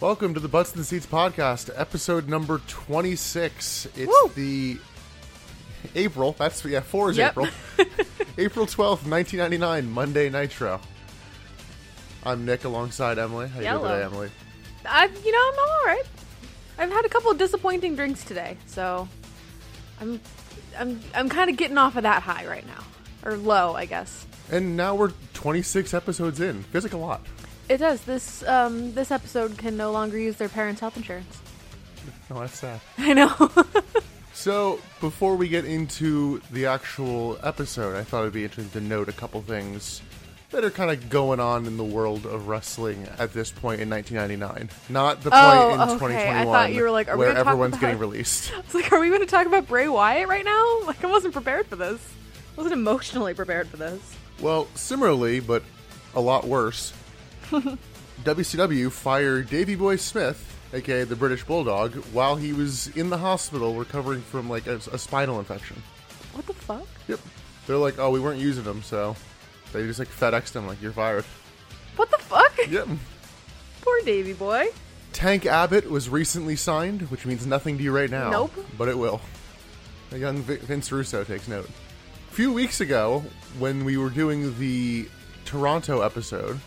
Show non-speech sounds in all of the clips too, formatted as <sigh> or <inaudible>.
Welcome to the Butts and Seats podcast, episode number 26. It's Woo! the April, that's yeah, 4 is Yep. <laughs> April. April 12th, 1999, Monday Nitro. I'm Nick alongside Emily. How you Yellow. doing today, Emily? I've, you know, I'm all right. I've had a couple of disappointing drinks today, so I'm, I'm, I'm kind of getting off of that high right now, or low, I guess. And now we're 26 episodes in. Feels like a lot. It does. This, um, this episode can no longer use their parents' health insurance. No, that's sad. <laughs> I know. <laughs> So, before we get into the actual episode, I thought it'd be interesting to note a couple things that are kind of going on in the world of wrestling at this point in 1999. Not the point Oh, in okay. I 2021 thought you were like, are we where gonna talk everyone's about- getting released. it's like, are we going to talk about Bray Wyatt right now? <laughs> Like, I wasn't prepared for this. I wasn't emotionally prepared for this. Well, similarly, but a lot <laughs> worse, WCW fired Davey Boy Smith, aka the British Bulldog, while he was in the hospital recovering from like a, a spinal infection. What the fuck? Yep. They're like, oh, we weren't using him, so they just like FedExed him, like, you're fired. What the fuck? <laughs> Yep. Poor Davy boy. Tank Abbott was recently signed, which means nothing to you right now. Nope. But it will. A young Vi- Vince Russo takes note. A few weeks ago, when we were doing the Toronto episode,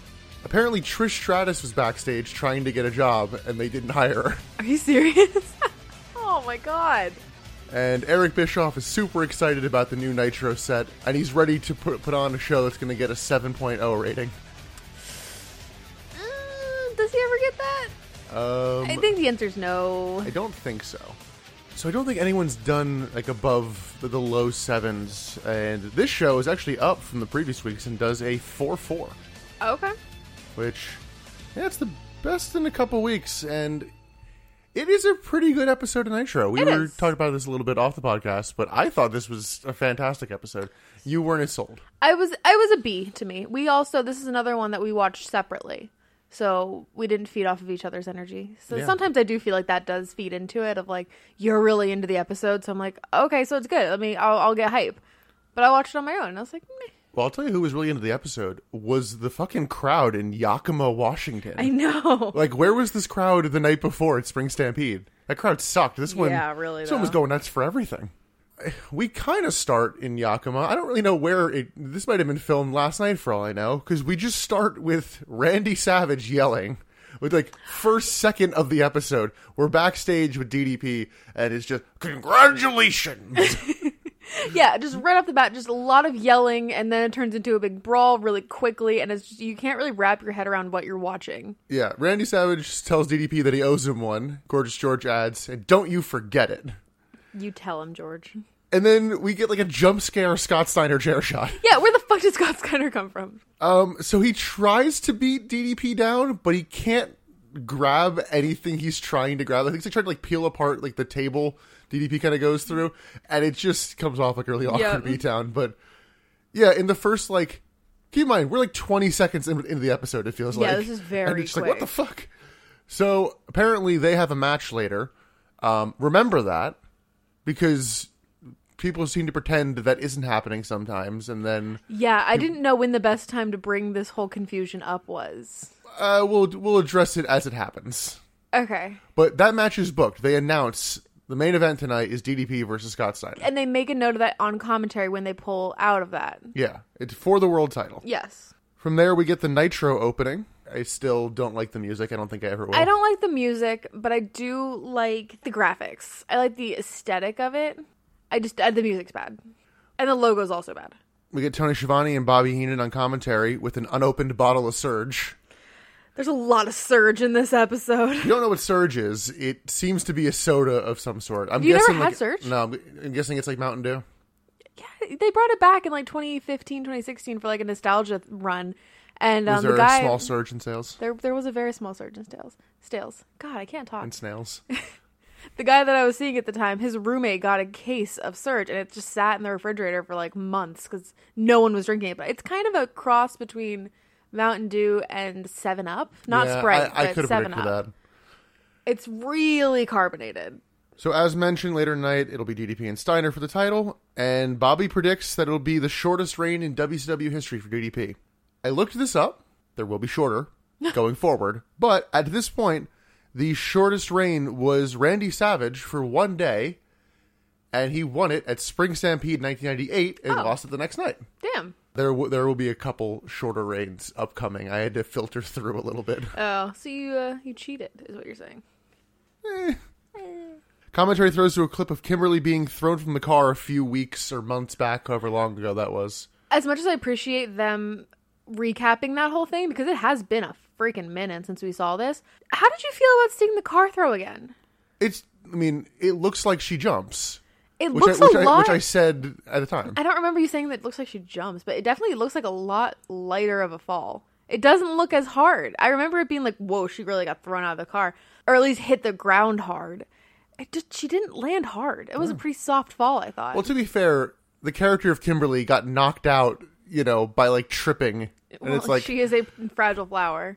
apparently Trish Stratus was backstage trying to get a job, and they didn't hire her. Are you serious? <laughs> oh my god. And Eric Bischoff is super excited about the new Nitro set, and he's ready to put, put on a show that's going to get a 7.0 rating. Uh, does he ever get that? Um, I think the answer's no. I don't think so. So I don't think anyone's done like above the, the low sevens, and this show is actually up from the previous weeks and does a four four, Okay. which yeah, it's the best in a couple weeks, and it is a pretty good episode of Nitro. We It were is. talking about this a little bit off the podcast, but I thought this was a fantastic episode. You weren't as sold. I was I was a B to me. We also this is another one that we watched separately. So we didn't feed off of each other's energy. So Yeah. sometimes I do feel like that does feed into it of like you're really into the episode, so I'm like, okay, so it's good. Let me I'll, I'll get hype. But I watched it on my own and I was like, meh. Well, I'll tell you who was really into the episode was the fucking crowd in Yakima, Washington. I know. Like, where was this crowd the night before at Spring Stampede? That crowd sucked. This one, Yeah, really, This one was though. going nuts for everything. We kind of start in Yakima. I don't really know where it. This might have been filmed last night, for all I know, because we just start with Randy Savage yelling with like first second of the episode. We're backstage with DDP, and it's just <laughs> congratulations. <laughs> Yeah, just right off the bat, just a lot of yelling, and then it turns into a big brawl really quickly, and it's just, you can't really wrap your head around what you're watching. yeah, Randy Savage tells DDP that he owes him one. Gorgeous George adds, and don't you forget it. You tell him, George. And then we get like a jump scare Scott Steiner chair shot. Yeah, where the fuck did Scott Skinner come from? Um, so he tries to beat DDP down, but he can't grab anything he's trying to grab. I think they tried to like peel apart like the table DDP kind of goes through, and it just comes off like a really awkward Yeah. beatdown. But yeah, in the first like, keep in mind we're like twenty seconds in- into the episode. It feels Yeah, like this is very and it's just like what quick. the fuck. So apparently they have a match later. Um, remember that because people seem to pretend that isn't happening sometimes, and then. Yeah, I didn't know when the best time to bring this whole confusion up was. Uh, we'll we'll address it as it happens. Okay. But that match is booked. They announce the main event tonight is DDP versus Scott Steiner. And they make a note of that on commentary when they pull out of that. Yeah, it's for the world title. Yes. From there, we get the Nitro opening. I still don't like the music. I don't think I ever will. I don't like the music, but I do like the graphics. I like the aesthetic of it. I just, uh, the music's bad. And the logo's also bad. We get Tony Schiavone and Bobby Heenan on commentary with an unopened bottle of Surge. There's a lot of surge in this episode. <laughs> You don't know what Surge is. It seems to be a soda of some sort. I'm You never guessing had like, Surge? No, I'm, I'm guessing it's like Mountain Dew. They brought it back in like 2015, 2016 for like a nostalgia th- run. And um, Was there the guy a small surge in sales? there there was a very small surge in Stales. Stales. God, I can't talk. In snails. The guy that I was seeing at the time, his roommate got a case of surge and it just sat in the refrigerator for like months cuz no one was drinking it. But it's kind of a cross between Mountain Dew and 7 Up, <laughs> not Yeah, Sprite, I, I but could have 7 predicted Up. that. It's really carbonated. So, as mentioned later tonight, it'll be DDP and Steiner for the title, and Bobby predicts that it'll be the shortest reign in WCW history for DDP. I looked this up. There will be shorter going forward, but at this point, the shortest reign was Randy Savage for one day, and he won it at Spring Stampede 1998 and Oh. lost it the next night. Damn. There, w- there will be a couple shorter reigns upcoming. I had to filter <laughs> through a little bit. Oh, so you uh, you cheated is what you're saying. Commentary throws to a clip of Kimberly being thrown from the car a few weeks or months back, however long ago that was. As much as I appreciate them recapping that whole thing because it has been a freaking minute since we saw this. How did you feel about seeing the car throw again? It's, I mean, it looks like she jumps, It which, looks I, which, a I, lot. which I said at the time. I don't remember you saying that it looks like she jumps, but it definitely looks like a lot lighter of a fall. It doesn't look as hard. I remember it being like, whoa, she really got thrown out of the car, or at least hit the ground hard. It just, she didn't land hard. It was a pretty soft fall, I thought. Well, to be fair, the character of Kimberly got knocked out, you know, by like tripping, and Well, it's like she is a fragile flower.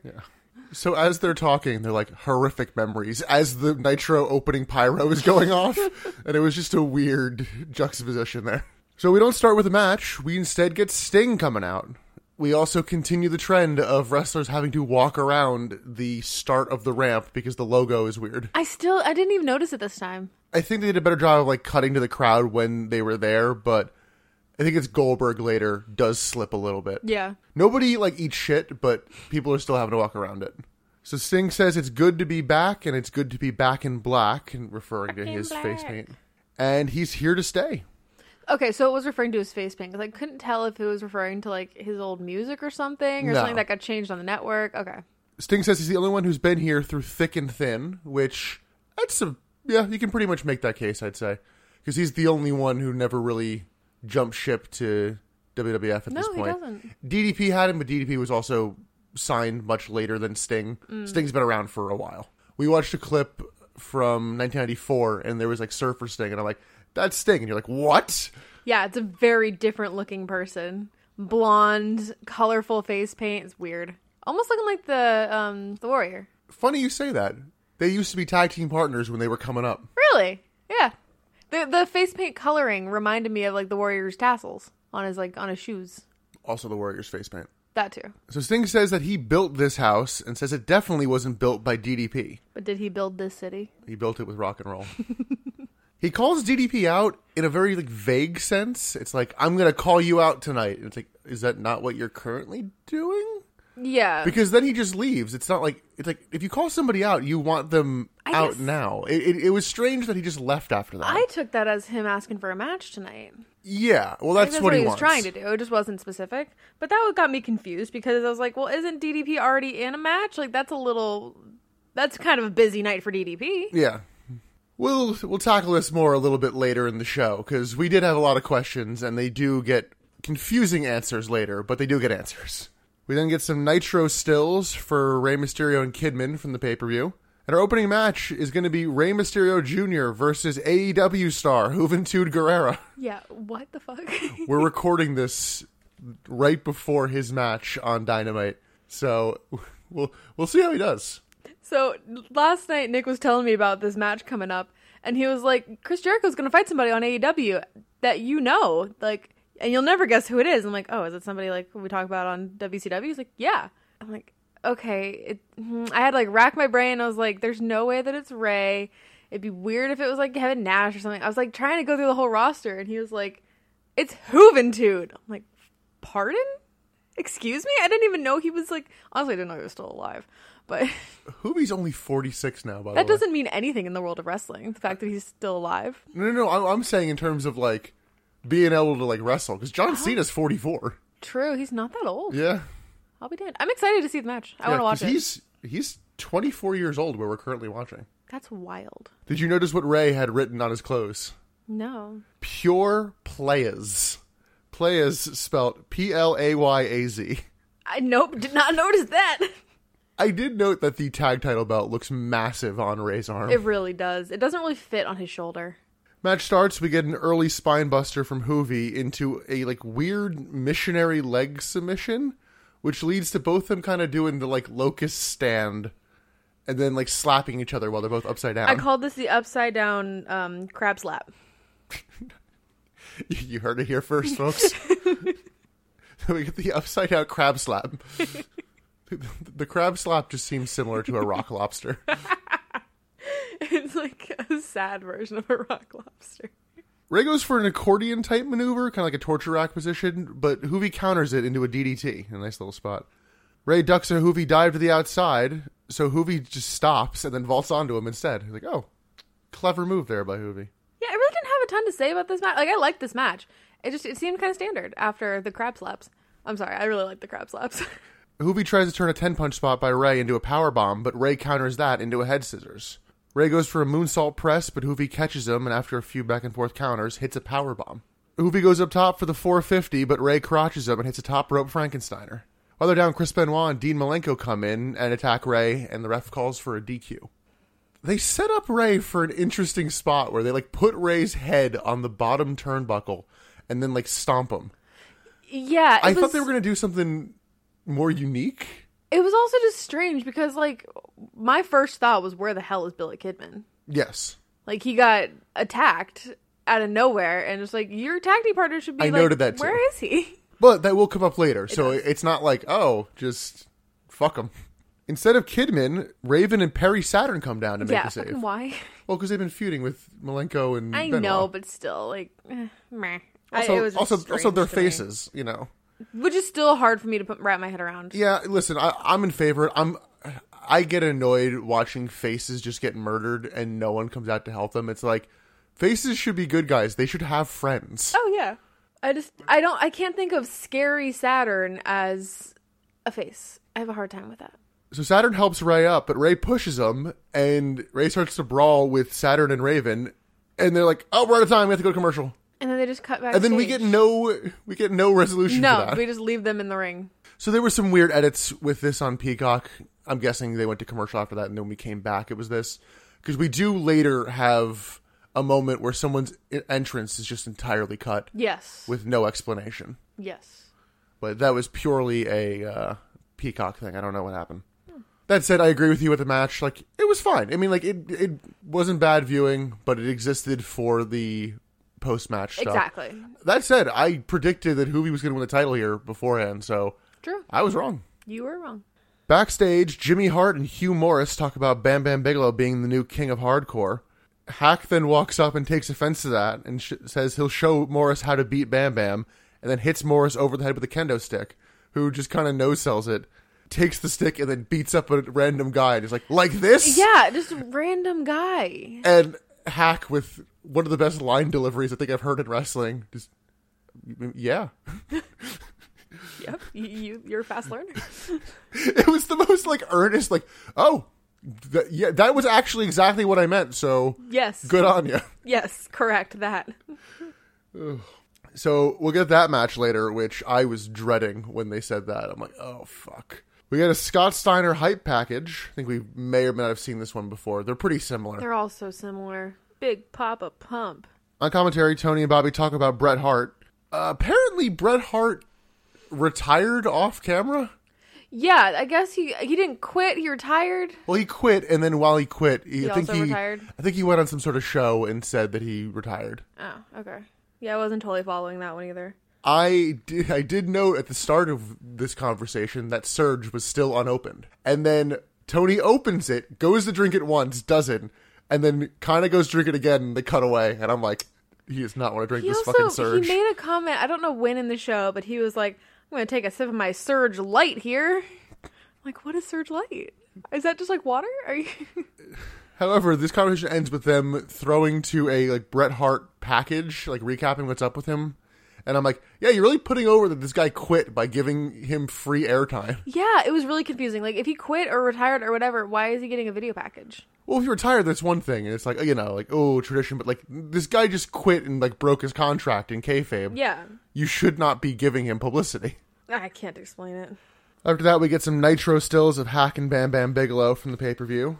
so. As they're talking, they're like horrific memories as the Nitro opening pyro is going off, and it was just a weird juxtaposition there. So we don't start with a match; we instead get Sting coming out. We also continue the trend of wrestlers having to walk around the start of the ramp because the logo is weird. I still, I didn't even notice it this time. I think they did a better job of like cutting to the crowd when they were there, but I think it's Goldberg later does slip a little bit. Yeah. Nobody like eats shit, but people are still having to walk around it. So Sting says it's good to be back and it's good to be back in black and referring to in his black. face paint. And he's here to stay. Okay, so it was referring to his face paint 'cause I couldn't tell if it was referring to like his old music or something No. or something that got changed on the network. Okay. Sting says he's the only one who's been here through thick and thin, which that's a yeah, you can pretty much make that case, I'd say, because he's the only one who never really jumped ship to WWF at No, this he point. doesn't. DDP had him, but DDP was also signed much later than Sting. Mm. Sting's been around for a while. We watched a clip from 1994, and there was like Surfer Sting, and I'm like, that's Sting, and you're like, what? Yeah, it's a very different looking person. Blonde, colorful face paint. It's weird. Almost looking like the um the warrior. Funny you say that. They used to be tag team partners when they were coming up. Really? Yeah. The the face paint coloring reminded me of like the warrior's tassels on his like on his shoes. Also, the Warriors face paint. That too. So Sting says that he built this house and says it definitely wasn't built by DDP. But did he build this city? He built it with rock <laughs> and roll. he calls DDP out in a very like vague sense. It's like I'm going to call you out tonight. And it's like is that not what you're currently doing? Yeah. Because then he just leaves. It's not like it's like if you call somebody out, you want them I out guess- now. It, it, it was strange that he just left after that. I took that as him asking for a match tonight. yeah, well I that's, think That's what, he, was wants. trying to do. It just wasn't specific. But that got me confused because I was like, well, isn't DDP already in a match? Like, that's a little. That's kind of a busy night for DDP. Yeah. We'll we'll tackle this more a little bit later in the show cuz we did have a lot of questions and they do get confusing answers later, but they do get answers. We then get some Nitro stills for Rey Mysterio and Kidman from the pay-per-view. And our opening match is going to be Rey Mysterio Jr. versus AEW star Juventud Guerrera. Yeah, what the fuck? We're recording this right before his match on Dynamite. So we'll we'll see how he does. so last night, Nick was telling me about this match coming up, and he was like, Chris Jericho's going to fight somebody on AEW that you know. Like, and you'll never guess who it is. I'm like, oh, is it somebody like we talk about on WCW? He's like, yeah. I'm like, okay. It, hmm. I had to, like rack my brain. I was like, there's no way that it's Ray. It'd be weird if it was like Kevin Nash or something. I was like trying to go through the whole roster, and he was like, it's Juventud. I'm like, pardon? Excuse me? I didn't even know he was like. Honestly, I didn't know he was still alive. But <laughs> Hubie's only 46 now, by the way. that doesn't mean anything in the world of wrestling. The fact that he's still alive. No, no, no. I'm, I'm saying in terms of like being able to like wrestle because John Uh-huh. Cena's 44. True, he's not that old. Yeah, I'll be dead. I'm excited to see the match. I Yeah, 'cause want to watch it. He's he's 24 years old where we're currently watching. That's wild. Did you notice what Ray had written on his clothes? No. Pure players. Players spelt P L A Y A Z. I nope, did not <laughs> notice that. I did note that the tag title belt looks massive on Ray's arm. It really does. It doesn't really fit on his shoulder. Match starts. We get an early spine buster from Hoovy into a like weird missionary leg submission, which leads to both them kind of doing the like locust stand, and then like slapping each other while they're both upside down. I called this the upside down um, crab <laughs> slap. <laughs> you heard it here first, folks. <laughs> we get the upside down crab <laughs> slap. the crab slap just seems similar to a rock lobster. sad version of a rock <laughs> lobster. Ray goes for an accordion type maneuver, kind of like a torture rack position, but Hoovy counters it into a DDT. A nice little spot. Ray ducks a Hoovy dive to the outside, so Hoovy just stops and then vaults onto him instead. He's like, oh, clever move there by Hoovy. Yeah, I really didn't have a ton to say about this match. Like, I liked this match. It just it seemed kind of standard after the crab slaps. I'm sorry, I really like the crab <laughs> slaps. Hoovy tries to turn a 10 punch spot by Ray into a power bomb, but Ray counters that into a head scissors. Ray goes for a moonsault press, but Hoovy catches him and after a few back and forth counters, hits a power bomb. Hoovy goes up top for the 450, but Ray crotches him and hits a top rope Frankensteiner. While they're down, Chris Benoit and Dean Malenko come in and attack Ray, and the ref calls for a DQ. They set up Ray for an interesting spot where they like put Ray's head on the bottom turnbuckle and then like stomp him. yeah, it I was, thought they were going to do something more unique. It was also just strange because like my first thought was, where the hell is Billy Kidman? Yes. Like he got attacked out of nowhere, and it's like your tag team partner should be. I like, noted that, too. Where is <laughs> he? But that will come up later, so it's not like, oh, just fuck them. Instead of Kidman, Raven and Perry Saturn come down to make yeah, the save. fucking why? Well, because they've been feuding with Malenko and I Benoit. know, but still, like, eh, meh. I- Also, it was just also, also strange their to me. faces, you know. which is still hard for me to put, wrap my head around. Yeah, listen, I, I'm in favor. I'm. I get annoyed watching faces just get murdered and no one comes out to help them. It's like faces should be good guys. They should have friends. Oh yeah. I just I don't I can't think of scary Saturn as a face. I have a hard time with that. So Saturn helps Ray up, but Ray pushes him, and Ray starts to brawl with Saturn and Raven, and they're like, "Oh, we're out of time. We have to go to commercial." And then they just cut back. And then we get no, we get no resolution for no. that. We just leave them in the ring. so there were some weird edits with this on Peacock. I'm guessing they went to commercial after that, and then when we came back, it was this because we do later have a moment where someone's e- entrance is just entirely cut Yes. with no explanation. yes. but that was purely a uh, peacock thing. I don't know what happened. That said, I agree with you with the match. Like it was fine. I mean, like it it wasn't bad viewing, but it existed for the post match stuff. Exactly. That said, I predicted that Hoovy was going to win the title here beforehand, so True. I was wrong. You were wrong. Backstage, Jimmy Hart and Hugh Morris talk about Bam Bam Bigelow being the new king of hardcore. Hack then walks up and takes offense to that and sh- says he'll show Morris how to beat Bam Bam, and then hits Morris over the head with a kendo stick, who just kind of no sells it, takes the stick and then beats up a random guy and is like, like this? Yeah, just a random guy. And Hack with one of the best line deliveries I think I've heard in wrestling. Just, yeah. <laughs> Yep. You, you you're a fast <laughs> learner. it was the most like earnest, like, oh, th- yeah, that was actually exactly what I meant, so. Yes. Good on you. Yes, correct that. So we'll get that match later, which I was dreading when they said that. I'm like, oh fuck. We got a Scott Steiner hype package. I think we may or may not have seen this one before. They're pretty similar. They're all so similar. Big Papa Pump. On commentary, Tony and Bobby talk about Bret Hart. Uh, apparently, Bret Hart retired off camera. Yeah, I guess he he didn't quit. He retired. Well, he quit, and then while he quit, he, I He think also he, retired? I think he went on some sort of show and said that he retired. Oh, okay. Yeah, I wasn't totally following that one either. I did, I did note at the start of this conversation that Surge was still unopened. And then Tony opens it, goes to drink it once, doesn't, and then kind of goes to drink it again, and they cut away. And I'm like, he does not want to drink He this also fucking Surge. he made a comment. I don't know when in the show, but he was like, "I'm gonna take a sip of my Surge Light here." <laughs> I'm like, what is Surge Light? Is that just like water? Are you? However, this conversation ends with them throwing to a like Bret Hart package, like recapping what's up with him. And I'm like, yeah, you're really putting over that this guy quit by giving him free airtime. yeah, it was really confusing. Like, if he quit or retired or whatever, why is he getting a video package? Well, if you retire, that's one thing, and it's like you know, like oh, tradition. But like this guy just quit and like broke his contract in kayfabe. Yeah, you should not be giving him publicity. Ah, I can't explain it. After that, we get some nitro stills of Hack and Bam Bam Bigelow from the pay per view,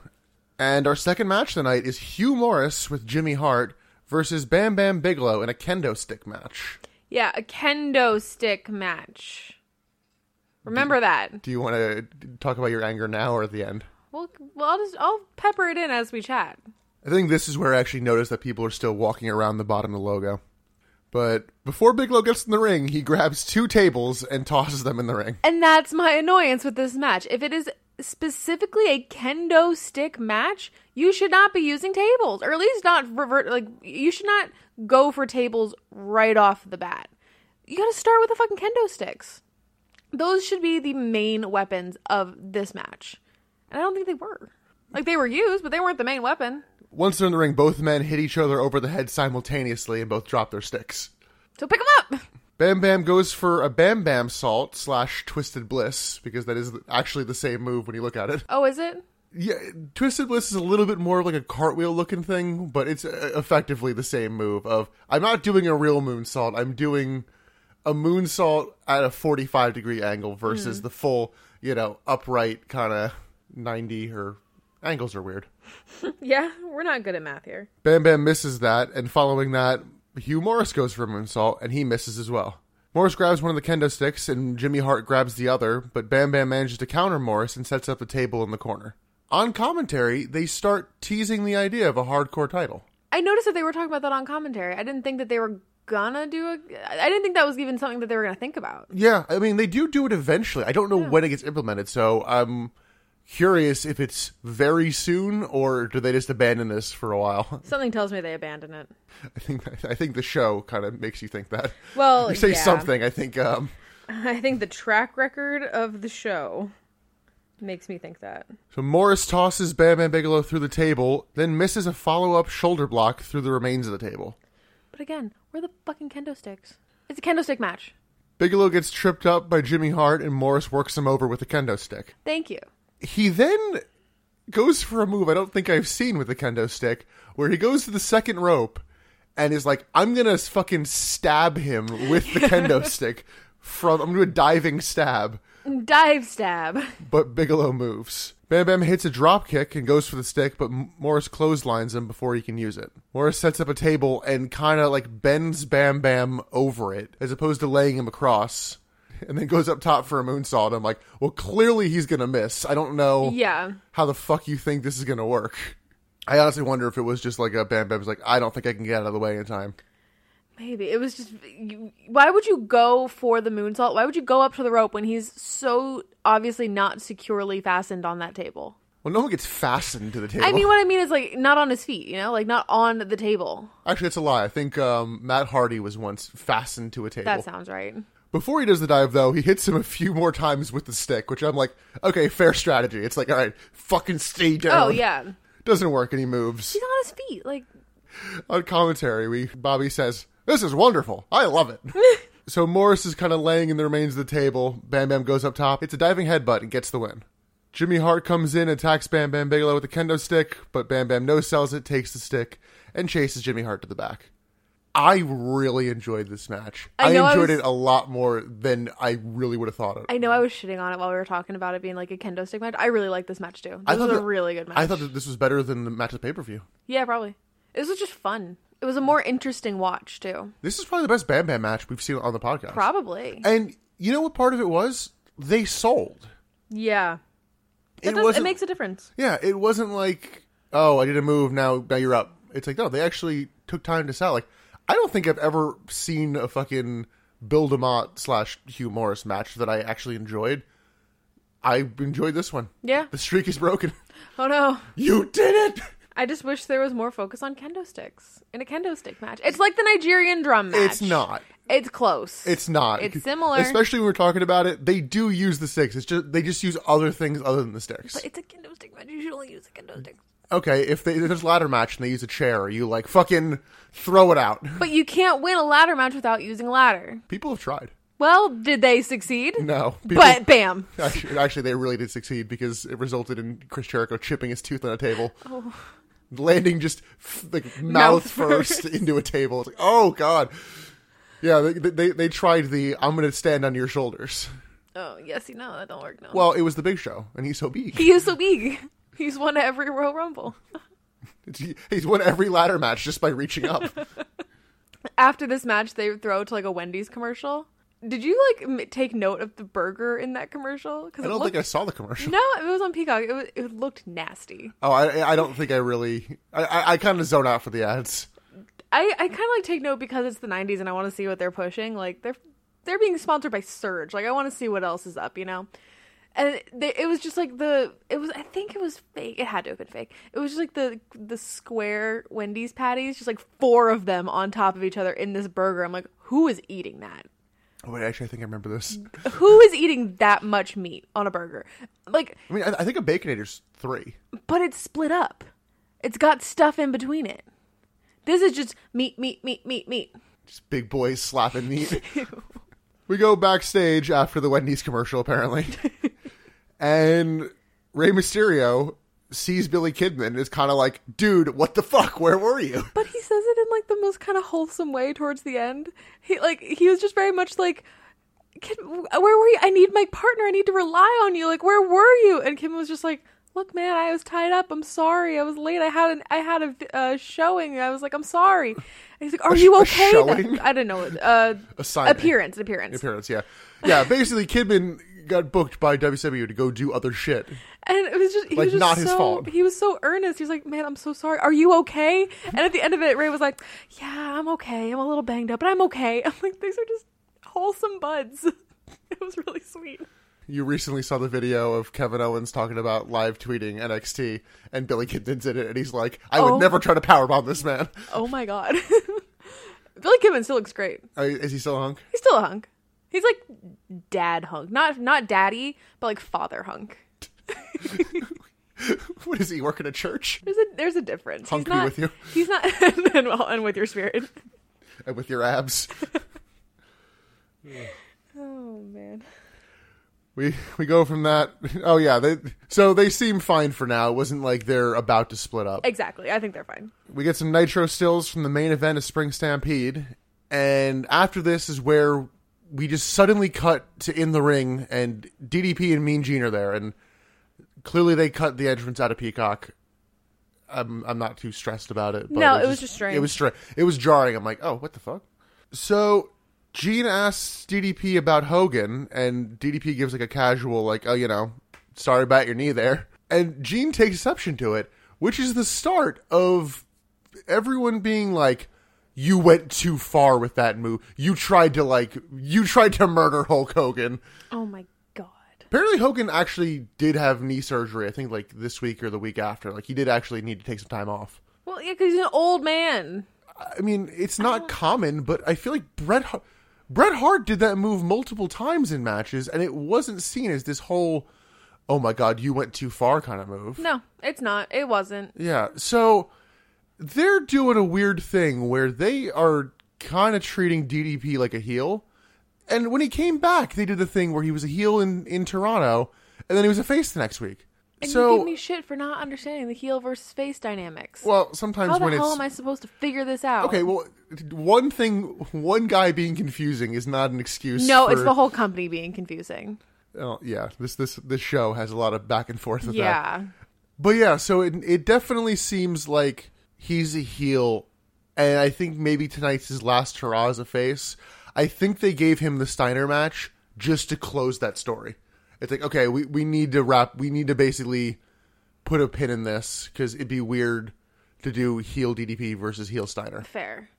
and our second match tonight is Hugh Morris with Jimmy Hart versus Bam Bam Bigelow in a kendo stick match. Yeah, a kendo stick match. Remember that. Do you want to talk about your anger now or at the end? Well, well, I'll just I'll pepper it in as we chat. I think this is where I actually noticed that people are still walking around the bottom of the logo. But before Bigelow gets in the ring, he grabs two tables and tosses them in the ring. And that's my annoyance with this match. If it is specifically a kendo stick match, you should not be using tables, or at least not revert. Like you should not go for tables right off the bat. You got to start with the fucking kendo sticks. Those should be the main weapons of this match, and I don't think they were. Like they were used, but they weren't the main weapon. Once they're in the ring, both men hit each other over the head simultaneously and both drop their sticks. So pick 'em up. Bam Bam goes for a Bam Bam Salt slash Twisted Bliss because that is actually the same move when you look at it. Oh, is it? Yeah, Twisted Bliss is a little bit more of like a cartwheel looking thing, but it's uh, effectively the same move of I'm not doing a real moonsault, I'm doing a moonsault at a 45 degree angle versus the full, you know, upright kind of 90 or angles are weird. <laughs> Yeah, we're not good at math here. Bam Bam misses that, and following that, Hugh Morris goes for a moonsault, and he misses as well. Morris grabs one of the kendo sticks, and Jimmy Hart grabs the other, but Bam Bam manages to counter Morris and sets up a table in the corner. On commentary, they start teasing the idea of a hardcore title. I noticed that they were talking about that on commentary. I didn't think that they were gonna do a. I didn't think that was even something that they were gonna think about. Yeah, I mean, they do do it eventually. I don't know when it gets implemented, so I'm curious if it's very soon or do they just abandon this for a while. <laughs> Something tells me they abandoned it. I think I think the show kind of makes you think that. <laughs> Well, you say yeah. something. I think um, <laughs> I think the track record of the show makes me think that. So Morris tosses Bam Bam Bigelow through the table, then misses a follow up shoulder block through the remains of the table. But again, where are the fucking kendo sticks? It's a kendo stick match. Bigelow gets tripped up by Jimmy Hart, and Morris works him over with a kendo stick. Thank you. He then goes for a move I don't think I've seen with a kendo stick, where he goes to the second rope and is like, I'm gonna fucking stab him with the kendo stick from, I'm gonna do a diving stab. Dive stab. but Bigelow moves. Bam Bam hits a drop kick and goes for the stick, but M- Morris clotheslines him before he can use it. Morris sets up a table and kind of like bends Bam Bam over it as opposed to laying him across. And then goes up top for a moonsault. I'm like, well, clearly he's gonna miss. I don't know <laughs> Yeah. how the fuck you think this is gonna work. I honestly wonder if it was just like a Bam Bam's like, I don't think I can get out of the way in time. Maybe it was just. You, why would you go for the moonsault? Why would you go up to the rope when he's so obviously not securely fastened on that table? Well, no one gets fastened to the table. I mean, what I mean is like not on his feet, you know, like not on the table. Actually, it's a lie. I think um, Matt Hardy was once fastened to a table. That sounds right. Before he does the dive, though, he hits him a few more times with the stick, which I'm like, okay, fair strategy. It's like, all right, fucking stay down. Oh yeah, Doesn't work, and he moves. <laughs> he's on his feet. Like On commentary, we Bobby says, "This is wonderful. I love it." <laughs> so Morris is kind of laying in the remains of the table. Bam Bam goes up top. It's a diving headbutt and gets the win. Jimmy Hart comes in, attacks Bam Bam Bigelow with a kendo stick, but Bam Bam no sells it, takes the stick, and chases Jimmy Hart to the back. I really enjoyed this match. I know I enjoyed was- it a lot more than I really would have thought it. I know I was shitting on it while we were talking about it being like a kendo stick match. I really like this match too. This was a that- really good match. I thought that this was better than the match at pay per view. yeah, probably. This was just fun. It was a more interesting watch too. This is probably the best Bam Bam match we've seen on the podcast. Probably. and you know what part of it was? They sold. Yeah. That it does, it wasn't. makes a difference. yeah, it wasn't like oh, I did a move now. Now you're up. It's like no, they actually took time to sell. Like I don't think I've ever seen a fucking Bill Demott slash Hugh Morris match that I actually enjoyed. I enjoyed this one. Yeah. The streak is broken. <laughs> Oh no. you did it. I just wish there was more focus on kendo sticks in a kendo stick match. It's like the Nigerian drum match. It's not. It's close. It's not. It's similar. Especially when we're talking about it, they do use the sticks. It's just they just use other things other than the sticks. But it's a kendo stick match. You should only use a kendo stick. okay, if, they, if there's a ladder match and they use a chair, are you like fucking throw it out? But you can't win a ladder match without using a ladder. People have tried. Well, did they succeed? No, people, But bam. <laughs> actually, actually, they really did succeed because it resulted in Chris Jericho chipping his tooth on a table, landing just f- like mouth, Oh. <laughs> Mouth first, into a table. It's like, oh god. Yeah, they, they they tried the I'm gonna stand on your shoulders. Oh, yes, you know, that don't work, no. Well, it was the Big Show, and he's so big. he is so big. He's won every Royal Rumble. He- He's won every ladder match just by reaching up. After this match, they throw to like a Wendy's commercial. Did you like m- take note of the burger in that commercial? Because I don't think I saw the commercial. No, it was on Peacock. It, was, it looked nasty. Oh, I, I don't think I really. I, I, I kind of zone out for the ads. I, I kind of like take note because it's the 90s and I want to see what they're pushing. Like they're they're being sponsored by Surge. Like I want to see what else is up, you know. and they, it was just like the it was I think it was fake. It had to have been fake. It was just like the the square Wendy's patties, just like four of them on top of each other in this burger. I'm like, who is eating that? Oh, wait, actually, I think I remember this. Who is eating that much meat on a burger? Like, I mean, I, I think a Baconator's three. but it's split up. It's got stuff in between it. This is just meat, meat, meat, meat, meat. Just big boys slapping meat. we go backstage after the Wendy's commercial, apparently. and Rey Mysterio sees Billy Kidman and is kind of like, dude, what the fuck? Where were you? But he says it in like the most kind of wholesome way towards the end. He like he was just very much like, Kim, where were you? I need my partner. I need to rely on you. Like, where were you? And Kim was just like, look, man, I was tied up. I'm sorry. I was late. I had an I had a uh, showing. I was like, I'm sorry. And he's like, are you a okay? showing? I don't know. Uh, A sign. appearance, an appearance. Appearance, yeah. Yeah, basically, Kidman got booked by WWE to go do other shit. And it was just he Like, was just not so, his fault. He was so earnest. He was like, "Man, I'm so sorry. Are you okay?" And at the end of it, Ray was like, "Yeah, I'm okay. I'm a little banged up, but I'm okay." <laughs> I'm like, "These are just wholesome buds." <laughs> It was really sweet. You recently saw the video of Kevin Owens talking about live tweeting NXT, and Billy Kidman's in it, and he's like, I Oh. would never try to powerbomb this man. <laughs> Oh my god, <laughs> Billy Kidman still looks great. Uh, Is he still a hunk? <laughs> He's still a hunk. He's like dad hunk, not not daddy, but like father hunk. what is he, working at church? There's a there's a difference. Hunk he's me not, with you. <laughs> He's not, and, well, and with your spirit. And with your abs. <laughs> Oh man. We we go from that. <laughs> Oh yeah, they so they seem fine for now. It wasn't like they're about to split up. Exactly. I think they're fine. We get some nitro stills from the main event of Spring Stampede, and after this is where we just suddenly cut to in the ring, and DDP and Mean Gene are there, and clearly they cut the entrance out of Peacock. I'm I'm not too stressed about it. But No, it was just strange. It was strange. It was jarring. I'm like, oh, what the fuck? So Gene asks DDP about Hogan, and DDP gives like a casual, like, oh, you know, sorry about your knee there. And Gene takes exception to it, which is the start of everyone being like, you went too far with that move. You tried to, like, you tried to murder Hulk Hogan. Oh my god. Apparently, Hogan actually did have knee surgery, I think, like, this week or the week after. Like, he did actually need to take some time off. Well, yeah, because he's an old man. I mean, it's not common, but I feel like Bret Hart, Bret Hart did that move multiple times in matches, and it wasn't seen as this whole "oh my god, you went too far" kind of move. No, it's not. It wasn't. Yeah, so they're doing a weird thing where they are kind of treating DDP like a heel, and when he came back, they did the thing where he was a heel in in Toronto, and then he was a face the next week. And so, you give me shit for not understanding the heel versus face dynamics. well, sometimes How the when hell it's am I supposed to figure this out? Okay, well, one thing, one guy being confusing is not an excuse. No, it's for- the whole company being confusing. Oh, yeah, this this this show has a lot of back and forth with that. Yeah. But yeah, so it it definitely seems like he's a heel, and I think maybe tonight's his last hurrah as a face. I think they gave him the Steiner match just to close that story. It's like okay, we we need to wrap. We need to basically put a pin in this because it'd be weird to do heel DDP versus heel Steiner. Fair.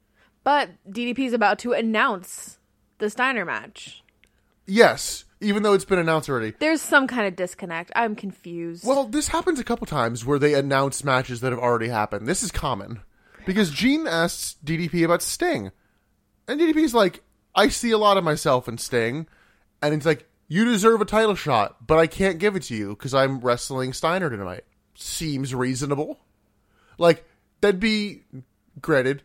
But DDP's about to announce the Steiner match. Yes, even though it's been announced already. There's some kind of disconnect. I'm confused. Well, this happens a couple times where they announce matches that have already happened. This is common because Gene asks DDP about Sting, and DDP's like, "I see a lot of myself in Sting," and it's like, "You deserve a title shot, but I can't give it to you because I'm wrestling Steiner tonight." Seems reasonable. Like that'd be granted.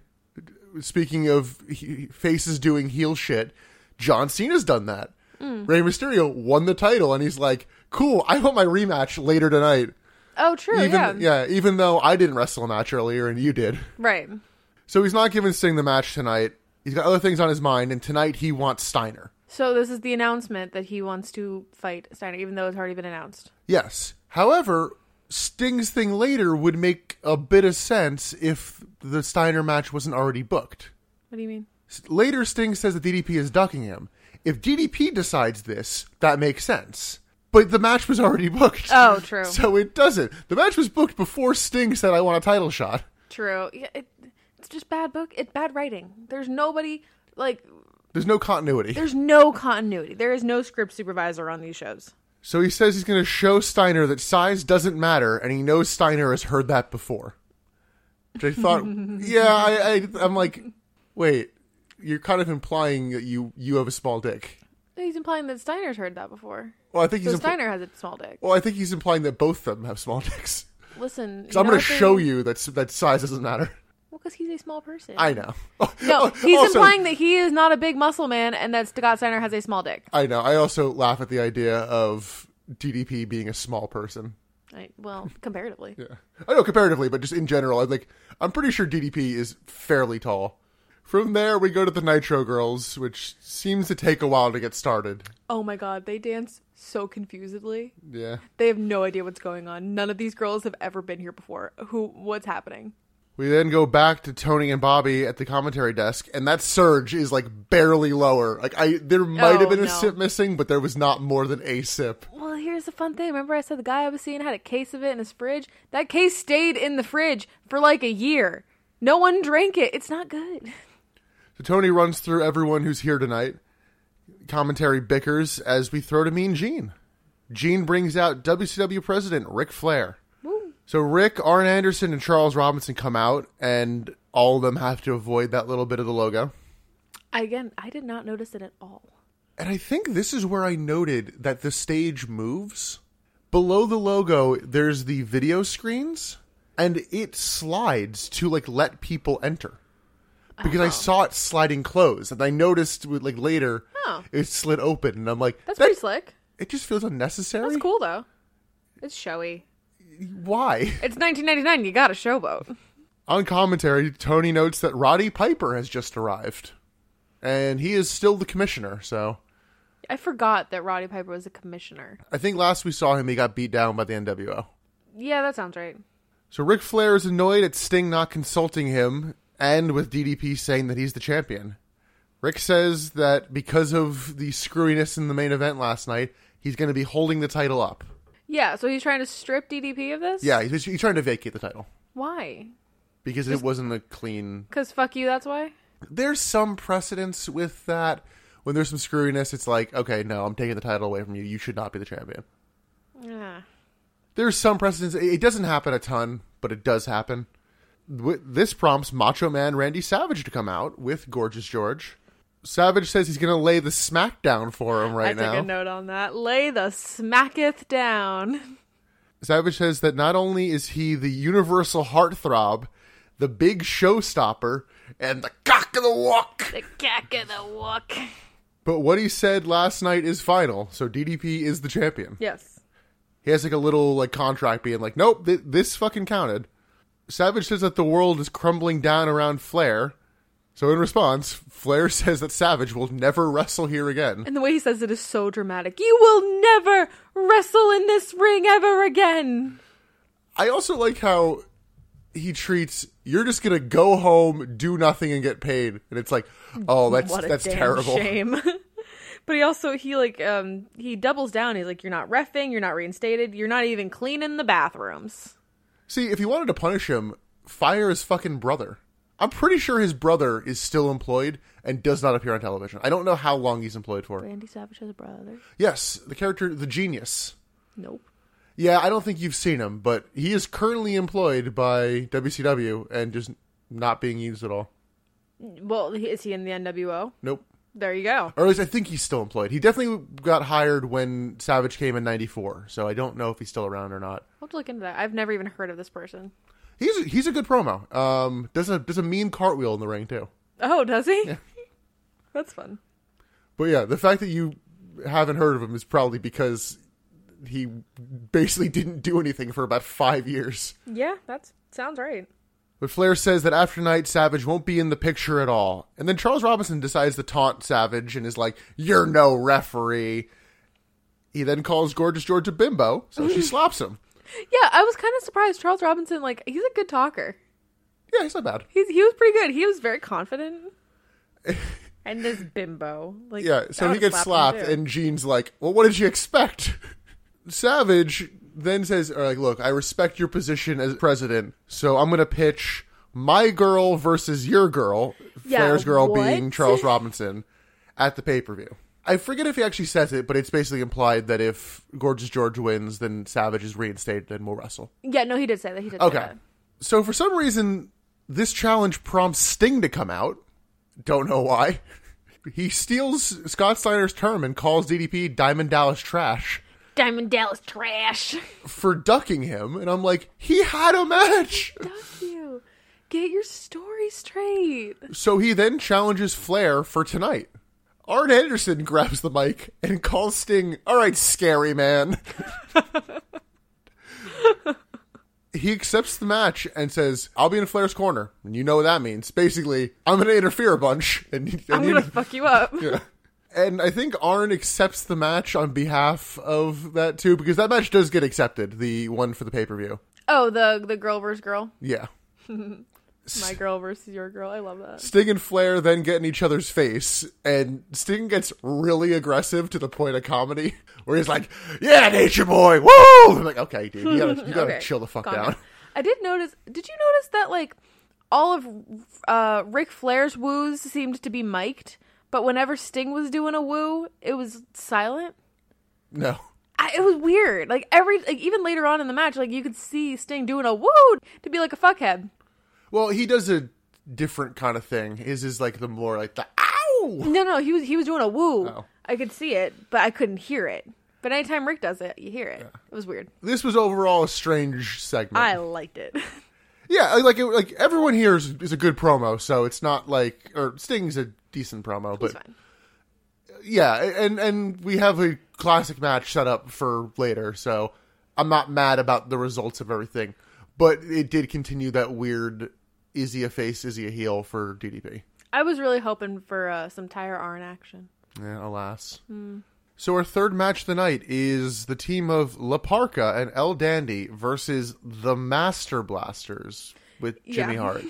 Speaking of he- faces doing heel shit, John Cena's done that. Mm. Rey Mysterio won the title, and he's like, "Cool, I want my rematch later tonight." oh, true. even yeah. even though I didn't wrestle a match earlier and you did, Right. so he's not giving Sting the match tonight. He's got other things on his mind, and tonight he wants Steiner. So this is the announcement that he wants to fight Steiner, even though it's already been announced. Yes. However, Sting's thing later would make a bit of sense if the Steiner match wasn't already booked. What do you mean? Later, Sting says that DDP is ducking him. If DDP decides this, that makes sense. But the match was already <laughs> booked. Oh, true. So it doesn't. The match was booked before Sting said, I want a title shot. True. Yeah, it, it's just bad book. It's bad writing. There's nobody like <laughs> There's no continuity. there's no continuity. There is no script supervisor on these shows. So he says he's going to show Steiner that size doesn't matter, and he knows Steiner has heard that before. Which I <laughs> thought, yeah, I, I, I'm like, wait, you're kind of implying that you you have a small dick. He's implying that Steiner's heard that before. Well, I think So he's impl- Steiner has a small dick. well, I think he's implying that both of them have small <laughs> dicks. Listen, So I'm going to show you that s- that size doesn't matter. Well, because he's a small person. I know. <laughs> <laughs> No, Also- he's implying that he is not a big muscle man, and that Scott Steiner has a small dick. I know. I also laugh at the idea of DDP being a small person. I, well, <laughs> comparatively, Yeah. I know comparatively, but just in general, I'm like I'm pretty sure DDP is fairly tall. From there, we go to the Nitro Girls, which seems to take a while to get started. oh my god, they dance so confusedly. Yeah. They have no idea what's going on. None of these girls have ever been here before. Who? What's happening? We then go back to Tony and Bobby at the commentary desk, and that surge is like barely lower. Like I, there might have Oh, been a no. sip missing, but there was not more than a sip. Well, here's the fun thing. Remember, I said the guy I was seeing had a case of it in his fridge. That case stayed in the fridge for like a year. No one drank it. It's not good. So Tony runs through everyone who's here tonight. Commentary bickers as we throw to Mean Gene. Gene brings out WCW president Ric Flair. So Rick, Arn Anderson, and Charles Robinson come out, and all of them have to avoid that little bit of the logo. Again, <laughs> I did not notice it at all. And I think this is where I noted that the stage moves. Below the logo, there's the video screens, and it slides to like let people enter. Because Oh. I saw it sliding closed, and I noticed with, like later Oh. it slid open, and I'm like, That's that- pretty slick. it just feels unnecessary. That's cool though. It's showy. Why? It's 1999. You got a showboat. On commentary, Tony notes that Roddy Piper has just arrived, and he is still the commissioner. So I forgot that Roddy Piper was a commissioner. I think last we saw him, he got beat down by the NWO. Yeah, that sounds right. So Ric Flair is annoyed at Sting not consulting him and with DDP saying that he's the champion. Rick says that because of the screwiness in the main event last night, he's going to be holding the title up. Yeah, so he's trying to strip DDP of this? Yeah, he's, he's trying to vacate the title Why? because it wasn't a clean. Because fuck you, that's why? There's some precedence with that. When there's some screwiness, it's like, okay, no, I'm taking the title away from you. You should not be the champion. Yeah. there's some precedence. It it doesn't happen a ton, but it does happen. Wi- This prompts Macho Man Randy Savage to come out with Gorgeous George. Savage says he's going to lay the smack down for him right I took now. a note on that. Lay the smacketh down. Savage says that not only is he the universal heartthrob, the big showstopper, and the cock of the walk, The cack of the walk. but what he said last night is final. So DDP is the champion. Yes. He has like a little like contract being like, nope, th- this fucking counted. Savage says that the world is crumbling down around Flair. So in response, Flair <laughs> says that Savage will never wrestle here again. And the way he says it is so dramatic. You will never wrestle in this ring ever again. I also like how he treats you're just gonna go home, do nothing, and get paid. And it's like, oh, that's what a that's damn terrible. shame. <laughs> but he also he like um he doubles down. He's like, you're not refing, you're not reinstated, you're not even cleaning the bathrooms. See, if you wanted to punish him, fire his fucking brother. I'm pretty sure his brother is still employed and does not appear on television. I don't know how long he's employed for. Randy Savage has a brother. Yes, the character, the genius. Nope. Yeah, I don't think you've seen him, but he is currently employed by WCW and just not being used at all. Well, he- is he in the NWO? Nope. There you go. Or at least I think he's still employed. He definitely got hired when Savage came in '94, so I don't know if he's still around or not. I'll have to look into that. I've never even heard of this person. He's a, he's a good promo. Um, does a does a mean cartwheel in the ring too. Oh, does he? <laughs> That's fun. But yeah, the fact that you haven't heard of him is probably because he basically didn't do anything for about five years. Yeah, that sounds right. But Flair says that after night, Savage won't be in the picture at all. And then Charles Robinson decides to taunt Savage and is like, You're no referee. He then calls Gorgeous George a bimbo, so she slaps him. Yeah, I was kind of surprised. Charles Robinson, like, he's a good talker. Yeah, he's not bad. He's he was pretty good. He was <laughs> very confident. and this bimbo, like, Yeah, I so he would've gets slapped slapped, him, too. and Gene's like, Well, what did you expect? <laughs> Savage then says, "All right, Look, I respect your position as president, so I'm going to pitch my girl versus your girl, Yeah, Flair's girl what? <laughs> being Charles Robinson, at the pay per view. I forget if he actually says it, but it's basically implied that if Gorgeous George wins, then Savage is reinstated and will wrestle. Yeah, no, he did say that. He did. Okay. Say that. So for some reason, this challenge prompts Sting to come out. Don't know why. <laughs> He steals Scott Steiner's term and calls DDP Diamond Dallas trash Diamond Dallas <laughs> trash. for ducking him. And I'm like, he had a match. Fuck you. Get your story straight. So he then challenges Flair for tonight. Arn Anderson <laughs> grabs the mic and calls Sting, All right, scary man. <laughs> he accepts the match and says, I'll be in Flair's corner. And you know what that means. Basically, I'm going to interfere a bunch. And, and I'm you- <laughs> gonna fuck you up. and I think Arn accepts the match on behalf of that too, because that match does get accepted, the one for the pay per view. Oh, the the girl versus girl. Yeah. My girl versus your girl. I love that. Sting and Flair then get in each other's face, and Sting gets really aggressive to the point of comedy <laughs> where he's like, "Yeah, Nature Boy, woo!" I'm like, "Okay, dude, <laughs> you gotta, <laughs> you gotta Okay, chill the fuck calm down." <laughs> I did notice. Did you notice that like all of uh Ric Flair's woos seemed to be mic'd, but whenever Sting was doing a woo, it was silent. No, I, it was weird. Like every like even later on in the match, like you could see Sting doing a woo to be like a fuckhead. well, he does a different kind of thing. His is like the more like the ow. No, no, he was he was doing a woo. Oh. I could see it, but I couldn't hear it. But anytime Rick does it, you hear it. It was weird. This was overall a strange segment. I liked it. <laughs> yeah, like it, like everyone here is, is a good promo, so it's not like or Sting's a decent promo, but It's fine. yeah, and and we have a classic match set up for later, so I'm not mad about the results of everything, but it did continue that weird is he a face, is he a heel for DDP. I was really hoping for uh, some tire arn action. Yeah, alas. So our third match of the night is the team of La Parca and El Dandy versus the Master Blasters with Jimmy Yeah. Hart.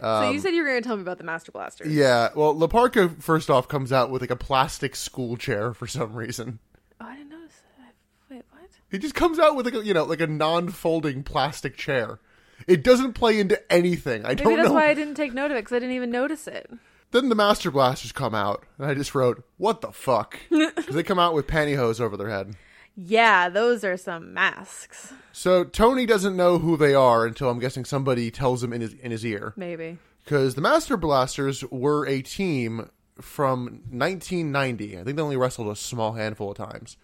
so you said you were going to tell me about the Master Blaster. Um, Yeah, well, La Parca first off comes out with like a plastic school chair for some reason. Oh, I didn't notice that. Wait, what? He just comes out with like a, you know like a non-folding plastic chair. It doesn't play into anything. I Maybe don't that's know. why I didn't take note of it because I didn't even notice it. Then the Master Blasters come out, and I just wrote, "What the <laughs> fuck?" 'Cause they come out with pantyhose over their head. Yeah, those are some masks. So Tony doesn't know who they are until I'm guessing somebody tells him in his in his ear Maybe. because the Master Blasters were a team from 1990. I think they only wrestled a small handful of times.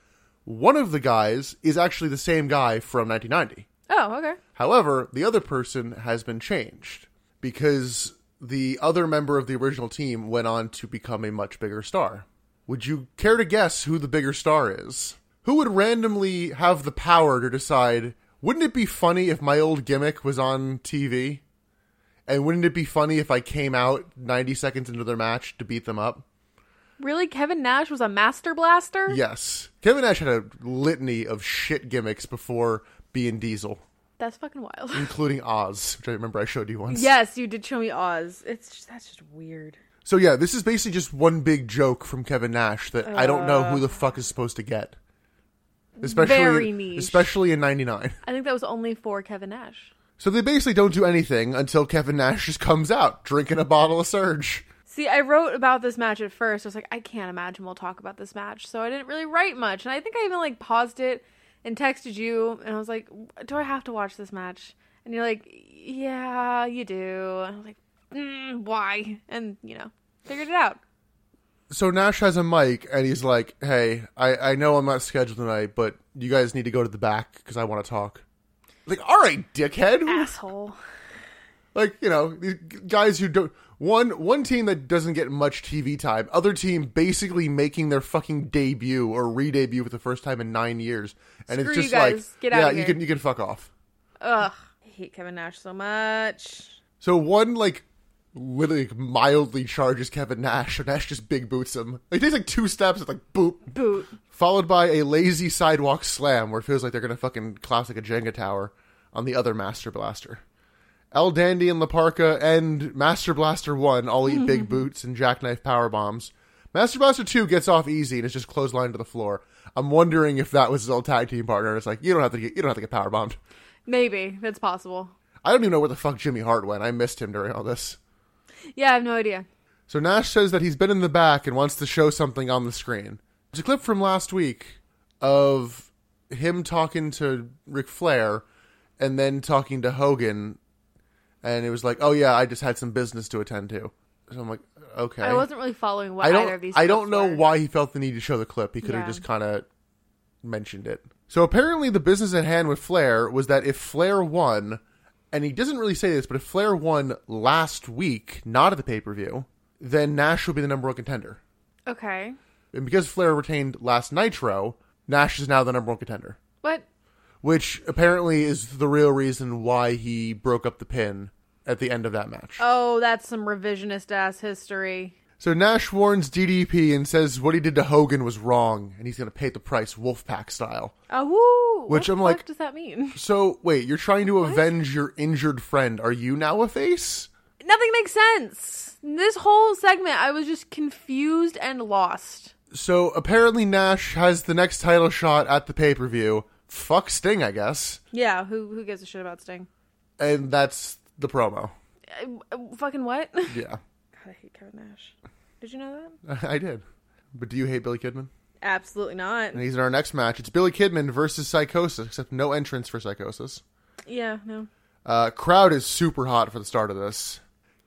One of the guys is actually the same guy from 1990. Oh, okay. However, the other person has been changed because the other member of the original team went on to become a much bigger star. Would you care to guess who the bigger star is? Who would randomly have the power to decide, wouldn't it be funny if my old gimmick was on TV? And wouldn't it be funny if I came out 90 seconds into their match to beat them up? Really? Kevin Nash was a Master Blaster? Yes. Kevin Nash had a litany of shit gimmicks before being Diesel, That's fucking wild. including Oz, which I remember I showed you once. <laughs> yes, you did show me Oz. It's just, that's just weird. So yeah, this is basically just one big joke from Kevin Nash that I don't know who the fuck is supposed to get. Especially Uh. Very niche. especially in 99. I think that was only for Kevin Nash. So they basically don't do anything until Kevin Nash just comes out drinking a bottle of surge. See, I wrote about this match at first. I was like, I can't imagine we'll talk about this match. So I didn't really write much. And I think I even like paused it and texted you. And I was like, Do I have to watch this match? And you're like, Yeah, you do. And I was like, mm, Why? And, you know, figured it out. So Nash has a mic and he's like, "Hey, I, I know I'm not scheduled tonight, but you guys need to go to the back because I want to talk." Like, all right, dickhead. <laughs> Asshole. Like, you know, these guys who don't one one team that doesn't get much TV time, other team basically making their fucking debut or re-debut for the first time in nine years, and Screw it's you just guys. like, Get yeah, outta you here. can you can fuck off. Ugh. I hate Kevin Nash so much. So one like literally mildly charges Kevin Nash, and Nash just big boots him. Like takes like two steps, it's like boop, Boot. followed by a lazy sidewalk slam where it feels like they're gonna fucking collapse like a Jenga tower on the other Master Blaster. El Dandy and Laparca and Master Blaster One all eat big boots and jackknife power bombs. Master Blaster Two gets off easy and is just clotheslined to the floor. I'm wondering if that was his old tag team partner. It's like you don't have to get you don't have to get power bombed. Maybe. That's possible. I don't even know where the fuck Jimmy Hart went. I missed him during all this. Yeah, I have no idea. So Nash says that he's been in the back and wants to show something on the screen. There's a clip from last week of him talking to Ric Flair and then talking to Hogan. And it was like, oh, yeah, I just had some business to attend to. So I'm like, okay. I wasn't really following what I either of don't, these. I clips don't know were. why he felt the need to show the clip. He could Yeah. have just kind of mentioned it. So apparently, the business at hand with Flair was that if Flair won, and he doesn't really say this, but if Flair won last week, not at the pay per view, then Nash will be the number one contender. Okay. And because Flair retained last Nitro, Nash is now the number one contender, What? which apparently is the real reason why he broke up the pin at the end of that match. Oh, that's some revisionist ass history. So Nash warns DDP and says what he did to Hogan was wrong, and he's going to pay the price Wolfpack style. Oh, woo! Which what I'm the like- fuck does that mean? So wait, you're trying to avenge your injured friend. Are you now a face? Nothing makes sense. This whole segment, I was just confused and lost. So apparently Nash has the next title shot at the pay-per-view. Fuck Sting, I guess. Yeah, who who gives a shit about Sting? And that's the promo. Uh, uh, fucking what? <laughs> God, Yeah. <laughs> I hate Kevin Nash. Did you know that? I did. But do you hate Billy Kidman? Absolutely not. And he's in our next match. It's Billy Kidman versus Psychosis, except no entrance for Psychosis. Yeah, no. Uh, crowd is super hot for the start of this.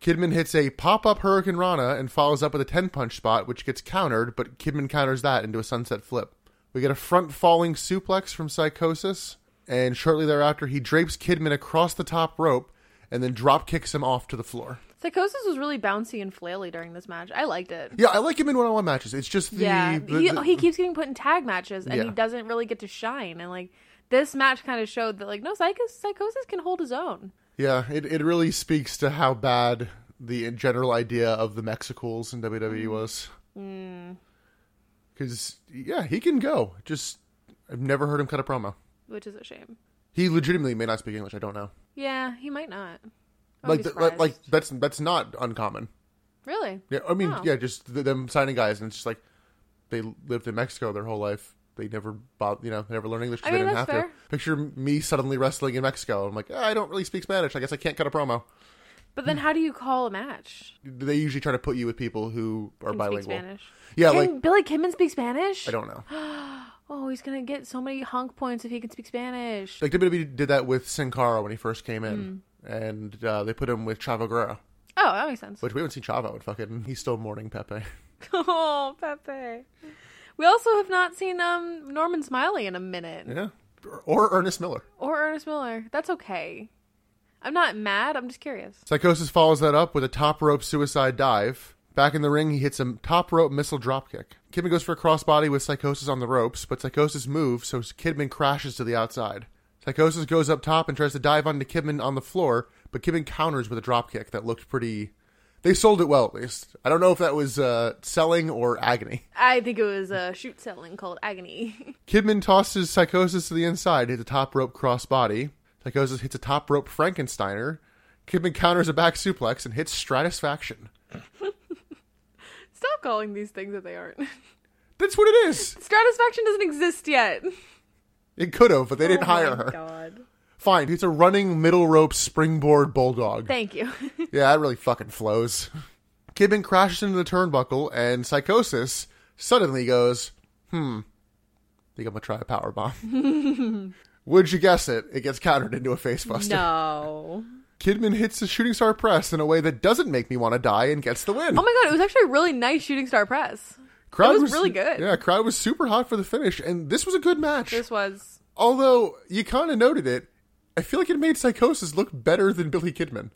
Kidman hits a pop up Hurricane Rana and follows up with a 10 punch spot, which gets countered, but Kidman counters that into a sunset flip. We get a front falling suplex from Psychosis, and shortly thereafter, he drapes Kidman across the top rope and then drop kicks him off to the floor. Psychosis was really bouncy and flaily during this match. I liked it. Yeah, I like him in one on one matches. It's just the. yeah, the- he, the- he keeps getting put in tag matches, and he Yeah. doesn't really get to shine. And like this match kind of showed that like no, Psychos- Psychosis can hold his own. yeah, it, it really speaks to how bad the general idea of the Mexicals in WWE Mm. was. Because, yeah, he can go. Just, I've never heard him cut a promo. which is a shame. He legitimately may not speak English. I don't know. Yeah, he might not. I Like, wouldn't be th- like, like Oh, surprised. that's that's not uncommon. really? Yeah, I mean, Oh. yeah, just th- them signing guys, and it's just like they lived in Mexico their whole life. They never bought, you know, they never learned English. 'cause I they mean, didn't have that's to. Picture me suddenly wrestling in Mexico. I'm like, "Ah, I don't really speak Spanish. I guess I can't cut a promo. But then, how do you call a match? They usually try to put you with people who are Can bilingual. speak Spanish. Yeah, can like Billy Kidman speak Spanish? I don't know. Oh, he's gonna get so many honk points if he can speak Spanish. Like WWE did that with Sin Cara when he first came in, Mm. and uh, they put him with Chavo Guerrero, Oh, that makes sense. which we haven't seen Chavo in fucking. He's still mourning Pepe. <laughs> oh, Pepe. We also have not seen um Norman Smiley in a minute, Yeah, or Ernest Miller. or Ernest Miller. That's okay. I'm not mad. I'm just curious. Psychosis follows that up with a top rope suicide dive. Back in the ring, he hits a top rope missile dropkick. Kidman goes for a crossbody with Psychosis on the ropes, but Psychosis moves, so Kidman crashes to the outside. Psychosis goes up top and tries to dive onto Kidman on the floor, but Kidman counters with a dropkick that looked pretty. They sold it well, at least. I don't know if that was uh, selling or agony. I think it was a shoot selling called Agony. <laughs> Kidman tosses Psychosis to the inside, hits a top rope crossbody. Psychosis hits a top rope Frankensteiner. Kidman counters a back suplex and hits Stratisfaction. Stop calling these things that they aren't. <laughs> That's what it is. Stratisfaction doesn't exist yet. It could have, but they didn't Oh hire my her. God. Fine, it's a running middle rope springboard bulldog. Thank you. <laughs> yeah, that really fucking flows. Kidman crashes into the turnbuckle, and Psychosis suddenly goes, "Hmm, think I'm gonna try a power bomb." <laughs> Would you guess it? It gets countered into a facebuster. no. Kidman hits the shooting star press in a way that doesn't make me want to die and gets the win. Oh my god, it was actually a really nice shooting star press. crowd was really good. Yeah, crowd was super hot for the finish, and this was a good match. This was Although you kind of noted it, I feel like it made Psychosis look better than Billy Kidman.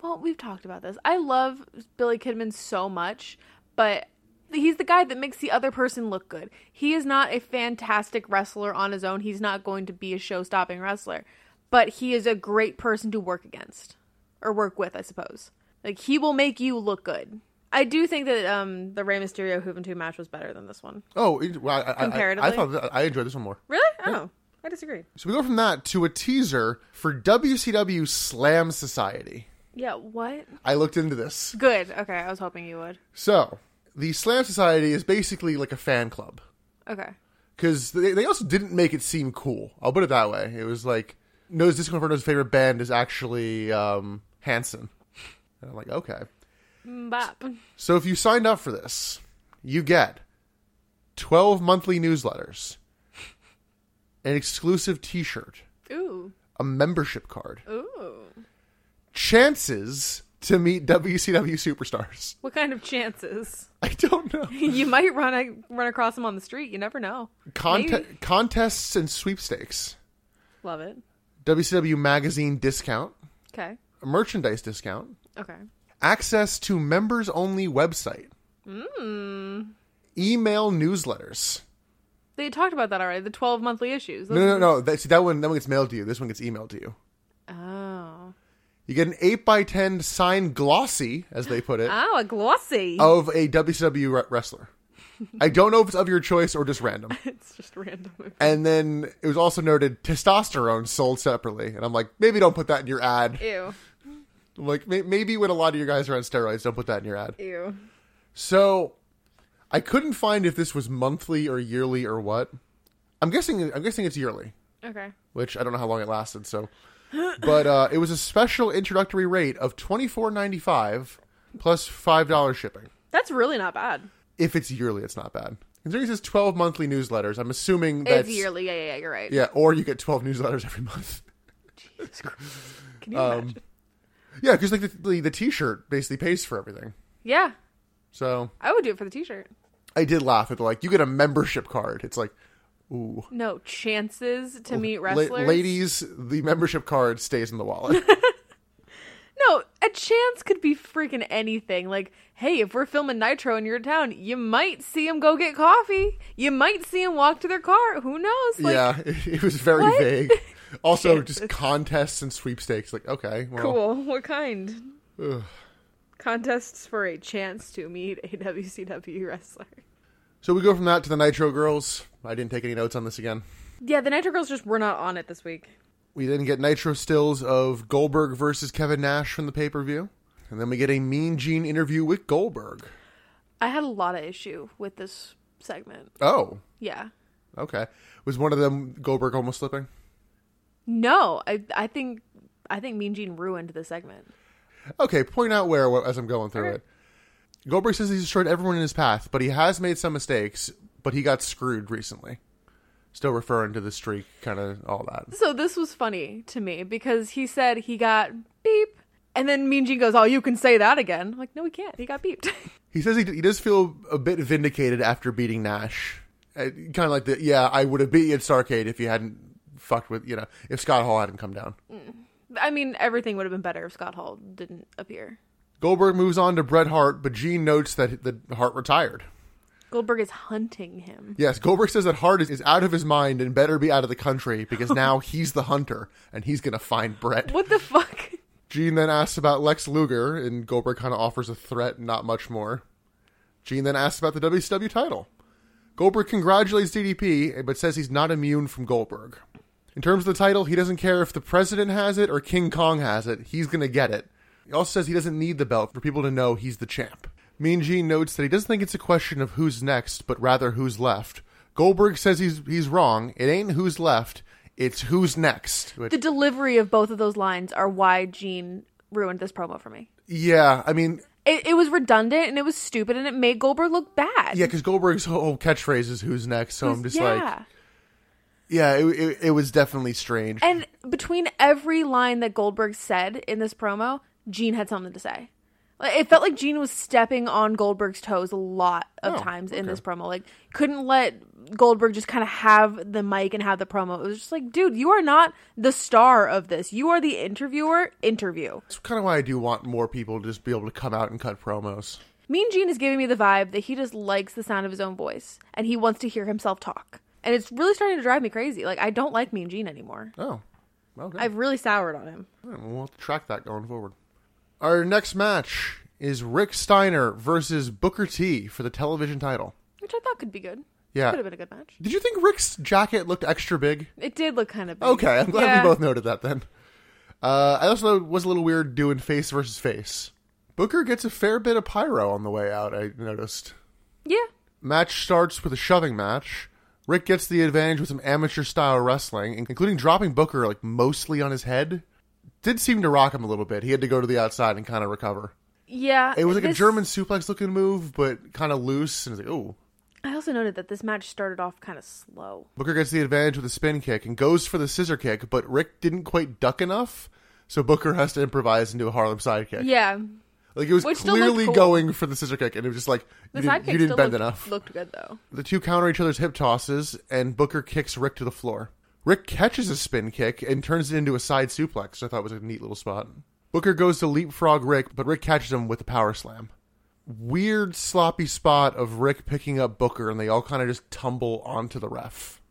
well, we've talked about this. I love Billy Kidman so much, but he's the guy that makes the other person look good. He is not a fantastic wrestler on his own. He's not going to be a show-stopping wrestler, but he is a great person to work against or work with, I suppose. Like he will make you look good. I do think that um the Rey Mysterio Juventud match was better than this one. Oh, it, well, I, I, I, I Comparatively? thought that, I enjoyed this one more. Really? Oh, I disagree. So we go from that to a teaser for WCW Slam Society. Yeah, what? I looked into this. Good. Okay, I was hoping you would. So the Slam Society is basically like a fan club Okay. because they, they also didn't make it seem cool. I'll put it that way. It was like Nose Disco Inferno's favorite band is actually um, Hanson. And I'm like, okay. Bop. So if you signed up for this, you get 12 monthly newsletters, an exclusive t shirt, Ooh. a membership card, Ooh. chances to meet WCW superstars. <laughs> What kind of chances? <laughs> I don't know. you might run a, run across them on the street. You never know. Conte- Maybe. contests and sweepstakes, Love it. WCW magazine discount, Okay. merchandise discount, Okay. access to members only website, email newsletters. They talked about that already. The twelve monthly issues. No, no, no. That, see, that one, that one gets mailed to you. This one gets emailed to you. Oh. You get an 8x10 signed glossy, as they put it, Oh, a glossy. of a WCW re- wrestler. I don't know if it's of your choice or just random. <laughs> It's just random. And then it was also noted testosterone sold separately. And I'm like, maybe don't put that in your ad. Ew. I'm like, may- maybe when a lot of you guys are on steroids, don't put that in your ad. Ew. So I couldn't find if this was monthly or yearly or what. I'm guessing I'm guessing it's yearly, Okay. which I don't know how long it lasted, so but uh, it was a special introductory rate of twenty four ninety five plus five dollars shipping. That's really not bad. If it's yearly, it's not bad. Considering it says twelve monthly newsletters, I'm assuming that's It's yearly. Yeah, yeah, yeah. You're right. Yeah, or you get twelve newsletters every month. <laughs> Jesus Christ. Can you um, imagine? Yeah, because like the, the the T-shirt basically pays for everything. Yeah. So I would do it for the T-shirt. I did laugh at the, like you get a membership card. It's like, ooh, No chances to meet oh, La- wrestlers. ladies, the membership card stays in the wallet. <laughs> No, a chance could be freaking anything. Like, hey, if we're filming Nitro in your town, you might see him go get coffee. You might see him walk to their car. Who knows? <laughs> Like, yeah, it, it was very what? vague. <laughs> Also, just contests and sweepstakes. Like, okay, well, cool. What kind? Contests for a chance to meet a WCW wrestler. so we go from that to the Nitro Girls. I didn't take any notes on this again. Yeah, the Nitro Girls just were not on it this week. We then get Nitro stills of Goldberg versus Kevin Nash from the pay per view, and then we get a Mean Gene interview with Goldberg. I had a lot of issue with this segment. Oh, Yeah. okay. Was one of them Goldberg almost slipping? No, I I think I think Mean Gene ruined the segment. Okay, point out where wh- as I'm going through Alright. it. Goldberg says he's destroyed everyone in his path, but he has made some mistakes, but he got screwed recently. Still referring to the streak, kind of all that. So this was funny to me because he said he got beep, and then Mean Gene goes, "Oh, you can say that again." I'm like, no, we can't. He got beeped. <laughs> He says he, d- he does feel a bit vindicated after beating Nash. Kind of like the, yeah, I would have beat you at Starcade if you hadn't fucked with, you know, if Scott Hall hadn't come down. I mean, everything would have been better if Scott Hall didn't appear. Goldberg moves on to Bret Hart, but Gene notes that the Hart retired. Goldberg is hunting him. Yes, Goldberg says that Hart is, is out of his mind and better be out of the country because now he's the hunter and he's going to find Bret. What the fuck? <laughs> Gene then asks about Lex Luger, and Goldberg kind of offers a threat, not much more. Gene then asks about the WCW title. Goldberg congratulates DDP, but says he's not immune from Goldberg. In terms of the title, he doesn't care if the president has it or King Kong has it, he's going to get it. He also says he doesn't need the belt for people to know he's the champ. Mean Gene notes that he doesn't think it's a question of who's next, but rather who's left. Goldberg says he's, he's wrong. It ain't who's left, it's who's next. which- The delivery of both of those lines are why Gene ruined this promo for me. yeah, I mean, It, it was redundant and it was stupid and it made Goldberg look bad. Yeah, because Goldberg's whole catchphrase is "Who's next," so I'm just like, yeah. yeah, it, it, it was definitely strange. And between every line that Goldberg said in this promo, Gene had something to say. Like, It felt like Gene was stepping on Goldberg's toes a lot of Oh, times in okay. this promo. Like, couldn't let Goldberg just kind of have the mic and have the promo. It was just like, dude, you are not the star of this. You are the interviewer. Interview. That's kind of why I do want more people to just be able to come out and cut promos. Mean Gene is giving me the vibe that he just likes the sound of his own voice and he wants to hear himself talk. And it's really starting to drive me crazy. Like, I don't like Mean Gene anymore. Oh, okay. I've really soured on him. We'll have to track that going forward. Our next match is Rick Steiner versus Booker T for the television title. which I thought could be good. Yeah. could have been a good match. Did you think Rick's jacket looked extra big? It did look kind of big. Okay, I'm glad Yeah. we both noted that then. Uh, I also was a little weird doing face versus face. Booker gets a fair bit of pyro on the way out. I noticed. Yeah, Match starts with a shoving match. Rick gets the advantage with some amateur style wrestling, including dropping Booker like mostly on his head. Did seem to rock him a little bit. He had to go to the outside and kind of recover. Yeah, It was like a this- German suplex looking move, but kind of loose. And it's like, ooh. I also noted that this match started off kind of slow. Booker gets the advantage with a spin kick and goes for the scissor kick, but Rick didn't quite duck enough, so Booker has to improvise into a Harlem sidekick. Yeah, Like it was Which still looked clearly cool. going for the scissor kick, and it was just like you the didn't, sidekick you didn't still bend looked, enough. looked good though. The two counter each other's hip tosses, and Booker kicks Rick to the floor. Rick catches a spin kick and turns it into a side suplex, which I thought was a neat little spot. Booker goes to leapfrog Rick, but Rick catches him with a power slam. Weird sloppy spot of Rick picking up Booker, and they all kind of just tumble onto the ref.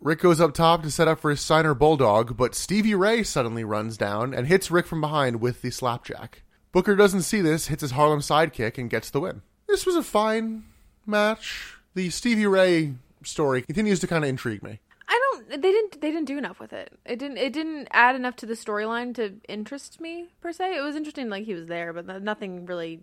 Rick goes up top to set up for his signer bulldog, but Stevie Ray suddenly runs down and hits Rick from behind with the slapjack. Booker doesn't see this, hits his Harlem sidekick, and gets the win. This was a fine match. The Stevie Ray story continues to kind of intrigue me. I don't. They didn't. They didn't do enough with it. It didn't. It didn't add enough to the storyline to interest me per se. It was interesting, like he was there, but th- nothing really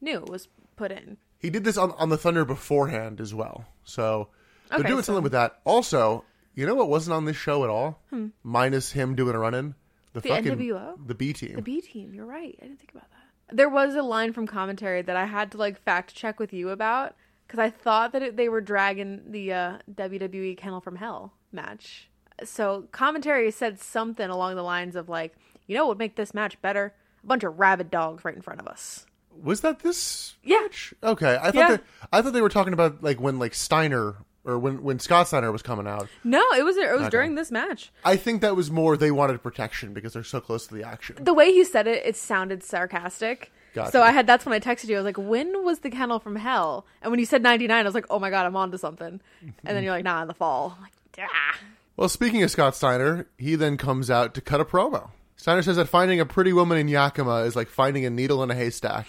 new was put in. He did this on, on the Thunder beforehand as well, so they're Okay, doing so- something with that. Also, you know what wasn't on this show at all, minus him doing a run-in, the, Hmm. The fucking NWO? the B team. The B team. You're right. I didn't think about that. There was a line from commentary that I had to like fact check with you about because I thought that it, they were dragging the uh, WWE Kennel from Hell match. So commentary said something along the lines of like, you know, what would make this match better? A bunch of rabid dogs right in front of us. Was that this Yeah. Okay, I thought Yeah. they, I thought they were talking about like when like Steiner or when when Scott Steiner was coming out. No, it was it was during this match. I think that was more they wanted protection because they're so close to the action. The way he said it, it sounded sarcastic. Gotcha. So I had that's when I texted you. I was like, "When was the kennel from hell?" And when you said '99, I was like, "Oh my god, I'm onto something." And then you're like, "Nah, in the fall." I'm like, ah. Well, speaking of Scott Steiner, he then comes out to cut a promo. Steiner says that finding a pretty woman in Yakima is like finding a needle in a haystack,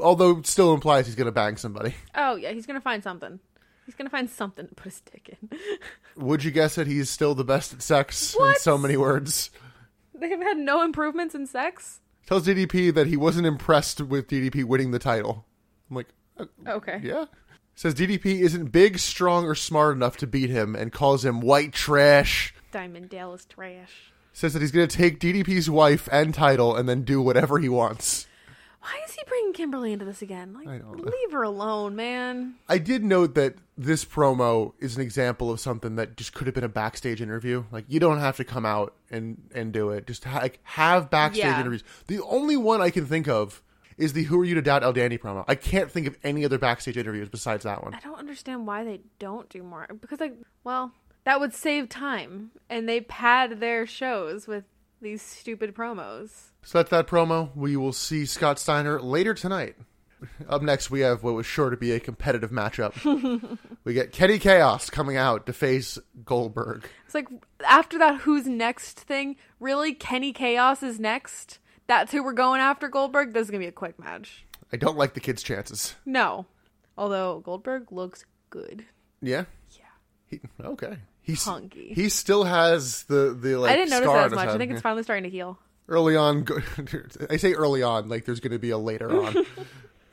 although it still implies he's going to bang somebody. Oh yeah, he's gonna find something. He's gonna find something to put his dick in. <laughs> Would you guess it? He's still the best at sex in What? so many words. They've had no improvements in sex. Tells DDP that he wasn't impressed with DDP winning the title. I'm like, Okay. Yeah. Says DDP isn't big, strong, or smart enough to beat him and calls him white trash. Diamond Dale is trash. Says that he's going to take DDP's wife and title and then do whatever he wants. Why is he bringing Kimberly into this again? Like, I don't know. leave her alone, man. I did note that this promo is an example of something that just could have been a backstage interview. Like, you don't have to come out and, and do it. Just ha- like, have backstage Yeah. interviews. The only one I can think of is the Who Are You to Doubt El Dandy promo. I can't think of any other backstage interviews besides that one. I don't understand why they don't do more because like well that would save time and they pad their shows with these stupid promos. So that's that promo. We will see Scott Steiner later tonight. Up next, we have what was sure to be a competitive matchup. <laughs> we get Kenny Chaos coming out to face Goldberg. It's like after that who's next thing, really Kenny Chaos is next. That's who we're going after Goldberg. This is going to be a quick match. I don't like the kid's chances. No. Although Goldberg looks good. Yeah. Yeah. He, okay. He's Hunky. He still has the the like. I didn't notice scar that on as his much. I head. think it's finally starting to heal. <laughs> early on. Go- <laughs> I say early on, like there's going to be a later <laughs> on.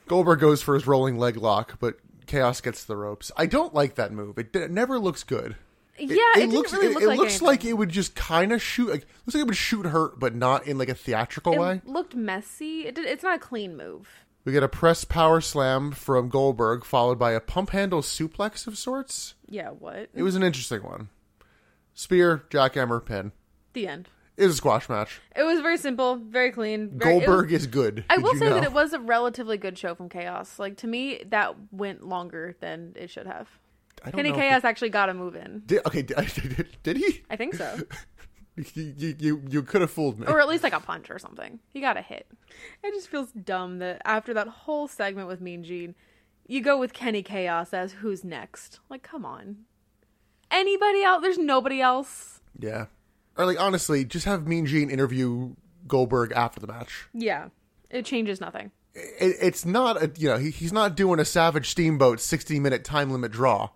Goldberg goes for his rolling leg lock, but Chaos gets the ropes. I don't like that move. It, it never looks good. yeah, it, didn't looks really it, look it like looks anything. like it would just kind of shoot like looks like it would shoot hurt but not in like a theatrical way it looked messy. It did, it's not a clean move. we get a press power slam from goldberg followed by a pump handle suplex of sorts Yeah, what? it was an interesting one spear jackhammer pin the end. it was a squash match It was very simple, very clean. Very, it was- goldberg is good I Did will you say know? that it was a relatively good show from Chaos. Like to me, that went longer than it should have. I don't Kenny know if Chaos actually got a move in. it- did, okay <laughs> did, did, did he I <laughs> think so, you, you- you, you could have fooled me or at least like a punch or something. He got a hit. It just feels dumb that after that whole segment with Mean Gene, you go with Kenny Chaos as who's next. Like, come on. Anybody else? There's nobody else. yeah or like honestly just have mean gene interview goldberg after the match Yeah, it changes nothing. it, it's not a you know he, he's not doing a savage steamboat 60 minute time limit draw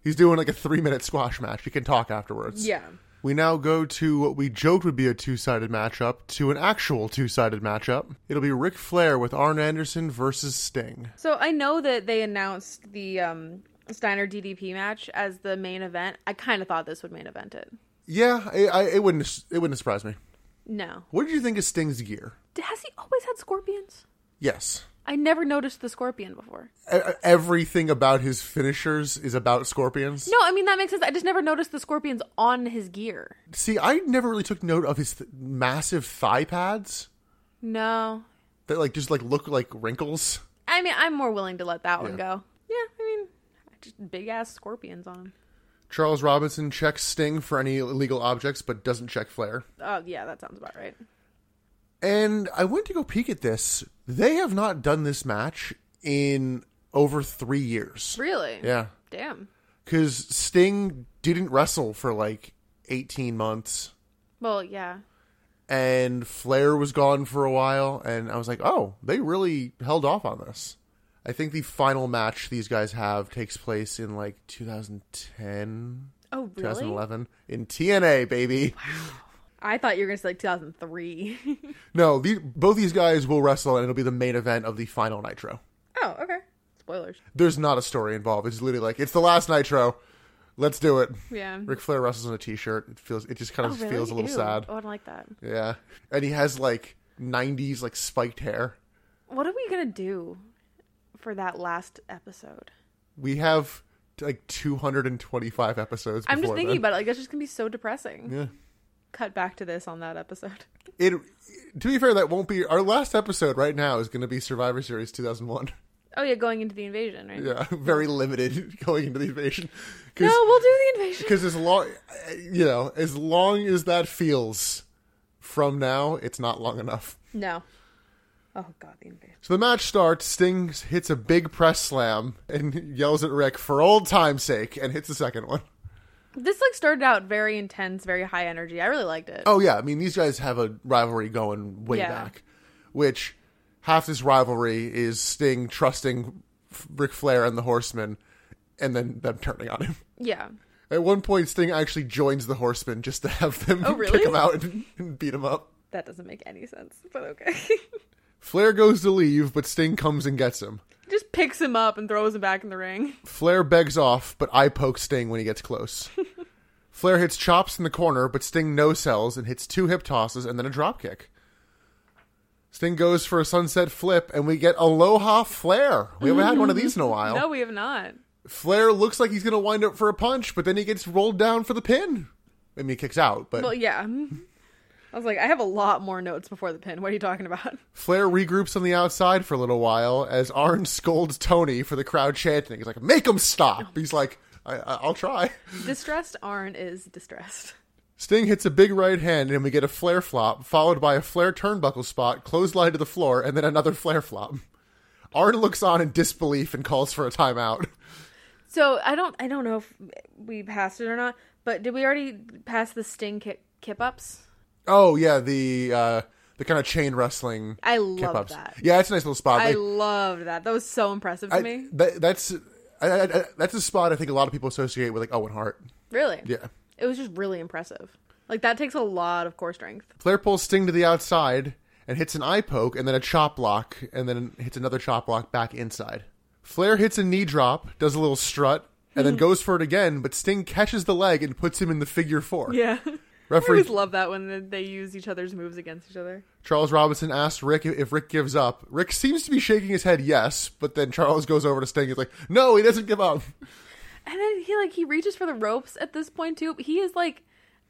he's doing like a three minute squash match he can talk afterwards Yeah. we now go to what we joked would be a two-sided matchup to an actual two-sided matchup it'll be Ric flair with arn anderson versus sting So I know that they announced the um, Steiner DDP match as the main event. I kind of thought this would main event it. yeah I, I, it wouldn't it wouldn't surprise me No. what did you think of sting's gear Has he always had scorpions? Yes. I never noticed the scorpion before. E- everything about his finishers is about scorpions. No, I mean that makes sense. I just never noticed the scorpions on his gear. See, I never really took note of his th- massive thigh pads No. that like just like look like wrinkles. I mean, I'm more willing to let that one Yeah. go. Yeah, I mean, just big ass scorpions on him. Charles Robinson checks Sting for any illegal objects, but doesn't check Flair. Oh, yeah, that sounds about right. And I went to go peek at this. They have not done this match in over three years. Really? Yeah. Damn. Because Sting didn't wrestle for like 18 months, Well, yeah. and Flair was gone for a while. And I was like, oh, they really held off on this. I think the final match these guys have takes place in like 2010, Oh, really? 2011 in TNA, baby. I thought you were going to say like <laughs> 2003. No, the, both these guys will wrestle, and it'll be the main event of the final Nitro. oh, okay. Spoilers. There's not a story involved. It's literally like it's the last Nitro. Let's do it. Yeah. Ric Flair wrestles in a t-shirt. It feels. It just kind Oh, of really? feels a little Ew. sad. Oh, I don't like that. Yeah, and he has like '90s like spiked hair. What are we going to do for that last episode? We have like 225 episodes. I'm just before thinking then. about it. Like, that's just going to be so depressing. Yeah. Cut back to this on that episode. <laughs> It. To be fair, that won't be our last episode. Right now is going to be Survivor Series 2001. Oh, yeah, going into the invasion, right? <laughs> Yeah, very limited <laughs> going into the invasion. 'Cause- No, we'll do the invasion. <laughs> because as long you know as long as that feels from now it's not long enough No. Oh, God, the invasion. so the match starts sting hits a big press slam and yells at rick for old time's sake and hits the second one. This like started out very intense, very high energy. I really liked it. Oh yeah i mean these guys have a rivalry going way Yeah. back which half this rivalry is sting trusting F- rick flair and the horsemen and then them turning on him Yeah. at one point sting actually joins the horsemen just to have them Oh, <laughs> kick really? him out and, and beat him up That doesn't make any sense, <laughs> but okay. Flair goes to leave, but Sting comes and gets him. Just picks him up and throws him back in <laughs> the ring. Flair begs off, but I poke Sting when he gets close. Flair hits chops in the corner, but Sting no sells and hits two hip tosses and then a dropkick. Sting goes for a sunset flip, and we get Aloha Flair. We haven't had one of these in a while. No, we have not. Flair looks like he's going to wind up for a punch, but then he gets rolled down for the pin. I mean, he kicks out, but Well, yeah. <laughs> I was like, I have a lot more notes before the pin. What are you talking about? <laughs> Flair regroups on the outside for a little while as Arn scolds Tony for the crowd chanting. He's like, "Make him stop!" He's like, I- I- "I'll try." Distressed Arn is distressed. Sting hits a big right hand, and we get a flare flop, followed by a flare turnbuckle spot, clothesline to the floor, and then another flare flop. Arn looks on in disbelief and calls for a timeout. So I don't, I don't know if we passed it or not. But did we already pass the Sting kip, kip ups? Oh yeah, the uh, the kind of chain wrestling I love kip-ups. that. Yeah, it's a nice little spot. I Like, loved that. That was so impressive to I- me. that- that's I, I, I- that's a spot I think a lot of people associate with like Owen Hart. Really? Yeah. It was just really impressive. Like that takes a lot of core strength. Flair pulls Sting to the outside and hits an eye poke and then a chop block and then hits another chop block back inside. Flair hits a knee drop, does a little strut, and then goes for it again, but Sting catches the leg and puts him in the figure four. Yeah. <laughs> I Referee always love that when they- they use each other's moves against each other. Charles Robinson asks Rick if Rick gives up. Rick seems to be shaking his head yes, but then Charles goes over to Sting and is like, no, he doesn't give up. And then he like he reaches for the ropes at this point too. He is like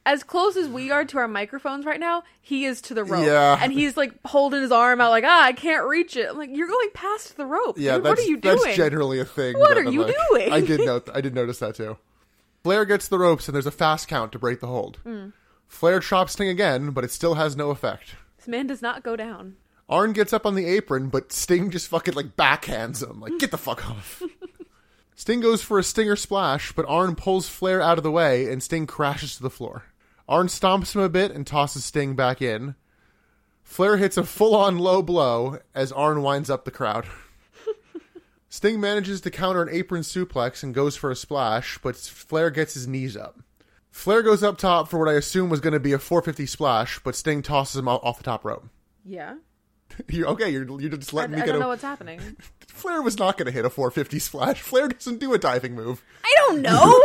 as close as we are to our microphones right now, he is to the rope. Yeah. And he's like holding his arm out like, "Ah, I can't reach it." I'm like, "You're going past the rope." Yeah, Oh, dude. that's, what are you doing? that's generally a thing. What that are I'm you like- doing? I <laughs> did note. I did notice that too. Flair gets the ropes, and there's a fast count to break the hold. Hmm. Flair chops Sting again, but it still has no effect. this man does not go down. Arn gets up on the apron, but Sting just fucking like backhands him, like get the fuck off. Sting goes for a Stinger splash, but Arn pulls Flair out of the way, and Sting crashes to the floor. Arn stomps him a bit and tosses Sting back in. Flair hits a full-on low blow as Arn winds up the crowd. Sting manages to counter an apron suplex and goes for a splash, but Flair gets his knees up. Flair goes up top for what I assume was going to be a 450 splash, but Sting tosses him off off the top rope. Yeah. You okay? You're you're just I, I letting me get don't know a. what's <laughs> happening. Flair was not going to hit a 450 splash. <laughs> Flair doesn't do a diving move. <laughs> I don't know.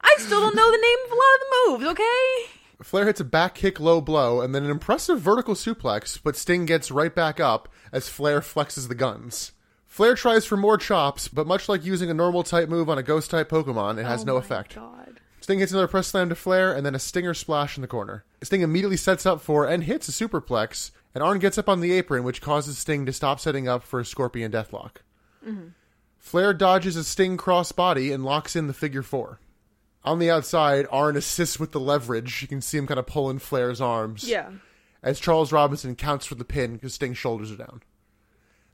I still don't know the name of a lot of the moves, okay? Flair hits a back kick low blow and then an impressive vertical suplex, but Sting gets right back up as Flair flexes the guns. Flair tries for more chops, but much like using a normal type move on a ghost type Pokemon, it has Oh no my effect. God. Sting hits another press slam to Flair and then a stinger splash in the corner. Sting immediately sets up for and hits a superplex, and Arn gets up on the apron, which causes Sting to stop setting up for a scorpion deathlock. Flair dodges a Sting crossbody and locks in the figure four. On the outside, Arn assists with the leverage. You can see him kind of pulling Flair's arms Yeah. as Charles Robinson counts for the pin because Sting's shoulders are down.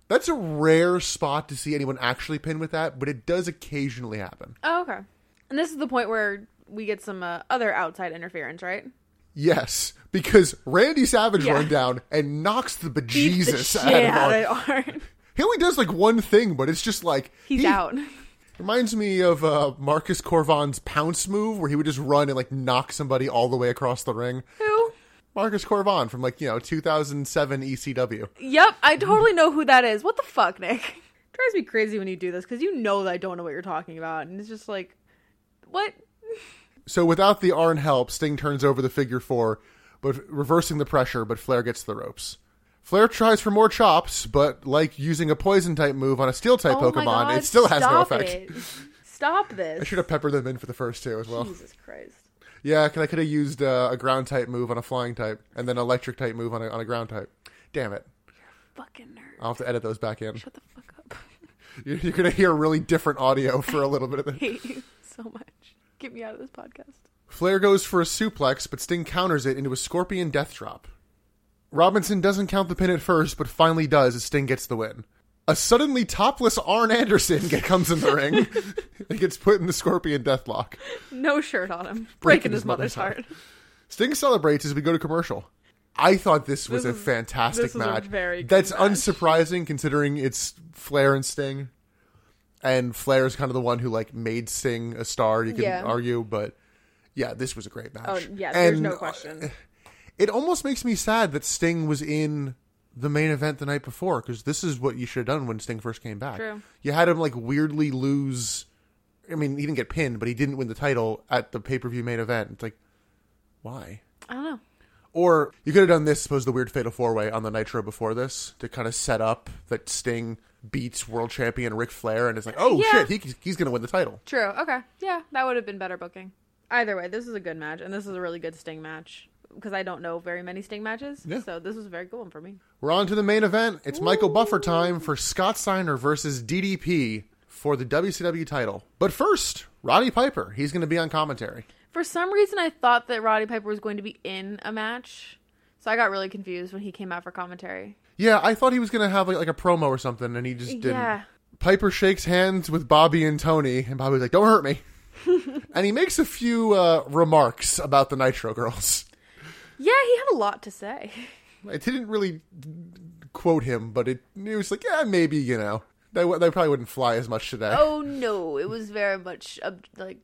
That's a rare spot to see anyone actually pin with that, but it does occasionally happen. Oh, okay. And this is the point where we get some uh, other outside interference, right? Yes, because Randy Savage Yeah. run down and knocks the Beats the bejesus shit out of Arn. of Arn. He only does like one thing, but it's just like He's he- out. Reminds me of uh, Marcus Corvon's pounce move, where he would just run and like knock somebody all the way across the ring. Who? Marcus Corvon from like you know 2007 ECW. Yep, I totally know who that is. What the fuck, Nick? drives me crazy when you do this because you know that I don't know what you're talking about, and it's just like, what? So without the Arn help, Sting turns over the figure four, but reversing the pressure, but Flair gets the ropes. Flair tries for more chops, but like using a poison type move on a steel type Oh my Pokemon, God, it still has no stop effect. it. Stop I this! should have peppered them in for the first two as <laughs> well. Jesus Christ! Yeah, 'cause I could have used uh, a ground type move on a flying type, and then electric type move on a, on a ground type. Damn it! Fucking nerd! I'll have to edit those back <laughs> in. Shut the fuck up! You- You're gonna hear really different audio for a little bit of I it. hate you so much. Get me out of this podcast. <laughs> Flair goes for a suplex, but Sting counters it into a scorpion death drop. Robinson doesn't count the pin at first, but finally does as Sting gets the win. A suddenly topless Arn Anderson <laughs> get, comes in the <laughs> ring and gets put in the scorpion deathlock. No shirt on him, breaking, his, mother's heart. Sting celebrates as we go to commercial. I thought this was This a is- fantastic this is a match. very good That's match. unsurprising considering it's Flair and Sting. And Flair is kind of the one who like made Sting a star, you can Yeah. argue, but yeah, this was a great match. Oh yeah, there's And, no uh, question. It almost makes me sad that Sting was in the main event the night before because this is what you should have done when Sting first came back. True. You had him like weirdly lose. I mean, he didn't get pinned, but he didn't win the title at the pay per view main event. It's like, why? I don't know. Or you could have done this, suppose the weird fatal four way on the Nitro before this to kind of set up that Sting beats world champion Ric Flair and it's like, oh Yeah. shit, he, he's going to win the title. True. Okay. Yeah, that would have been better booking. Either way, this is a good match, and this is a really good Sting match because I don't know very many Sting matches. Yeah. So this was a very good one for me. We're on to the main event. It's Michael Buffer time for Scott Steiner versus DDP for the WCW title. But first, Roddy Piper. He's going to be on commentary. For some reason, I thought that Roddy Piper was going to be in a match, so I got really confused when he came out for commentary. Yeah, I thought he was going to have like, like a promo or something, and he just didn't. Yeah. Piper shakes hands with Bobby and Tony, and Bobby's like, "Don't hurt <laughs> me," and he makes a few uh, remarks about the Nitro Girls. Yeah, he had a lot to say. <laughs> It didn't really quote him, but it, it was like, yeah, maybe you know, they, they probably wouldn't fly as much today. oh no, it was very much ob- like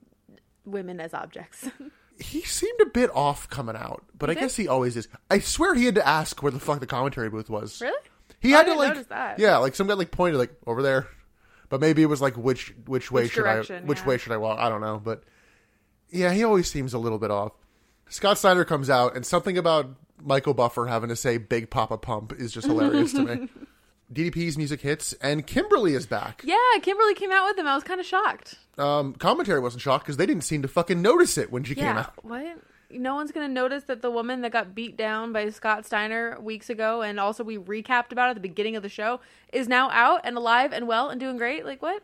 women as objects. <laughs> He seemed a bit off coming out, but I did? guess he always is. I swear he had to ask where the fuck the commentary booth was. really? He Oh, I had to didn't like, notice that. yeah, like some guy like pointed like over there, but maybe it was like which which way Which should direction, I which yeah. way should I walk? I don't know, but yeah, he always seems a little bit off. Scott Steiner comes out, and something about Michael Buffer having to say "Big Papa Pump" is just hilarious to <laughs> me. DDP's music hits, and Kimberly is back. Yeah, Kimberly came out with him. I was kind of shocked. Um, commentary wasn't shocked because they didn't seem to fucking notice it when she came Yeah. out. What? No one's gonna notice that the woman that got beat down by Scott Steiner weeks ago, and also we recapped about at the beginning of the show, is now out and alive and well and doing great. Like what?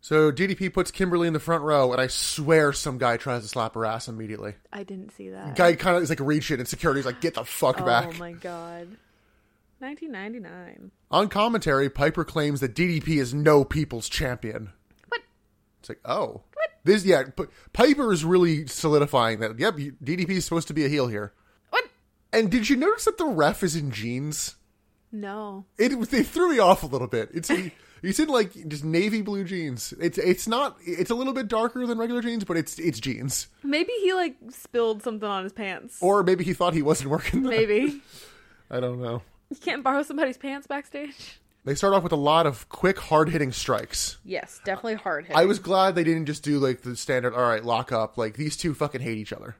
So DDP puts Kimberly in the front row, and I swear some guy tries to slap her ass immediately. I didn't see that. Guy kind of is like reaching, and security's like, "Get the fuck Uh-huh. oh back!" my god. 1999. On commentary, Piper claims that DDP is no people's champion. What? It's like, oh, this yeah. P- Piper is really solidifying that. Yep, you- DDP is supposed to be a heel here. What? And did you notice that the ref is in jeans? No. It was- they threw me off a little bit. It's he- he's in like just navy blue jeans. It's it's not. It's a little bit darker than regular jeans, but it's it's jeans. Maybe he like spilled something on his pants. Or <laughs> maybe he thought he wasn't working. There. Maybe. I don't know. you can't borrow somebody's pants backstage. They start off with a lot of quick, hard hitting strikes. Yes, definitely hard hit. Mm-hmm. I was glad they didn't just do like the standard. All right, lock up. Like these two fucking hate each other.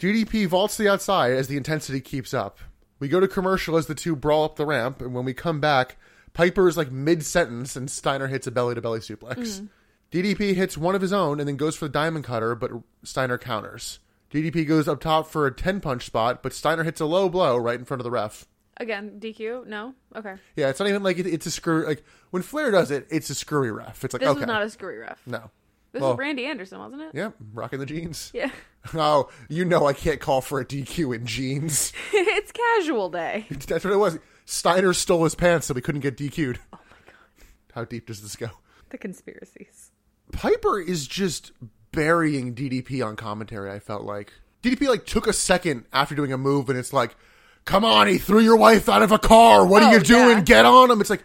DDP vaults to the outside as the intensity keeps up. We go to commercial as the two brawl up the ramp, and when we come back, Piper is like mid sentence and Steiner hits a belly to belly Mm-hmm. suplex. DDP hits one of his own and then goes for the diamond cutter, but Steiner counters. DDP goes up top for a 10 punch spot, but Steiner hits a low blow right in front of the ref. Again, DQ? No? Okay. Yeah, it's not even like it, it's a screw. Like when Flair does it, it's a screwy ref. It's like, This okay. was not a screwy ref. no. This Well- is Randy Anderson, wasn't it? Yeah, rocking the jeans. Yeah. Oh, you know I can't call for a DQ in jeans. <laughs> it's casual day. That's what it was. Steiner stole his pants, so we couldn't get DQ'd. Oh my god! How deep does this go? The conspiracies. Piper is just burying DDP on commentary. I felt like DDP like took a second after doing a move, and it's like, "Come on, he threw your wife out of a car. What are Oh, you doing? yeah. Get on him!" It's like,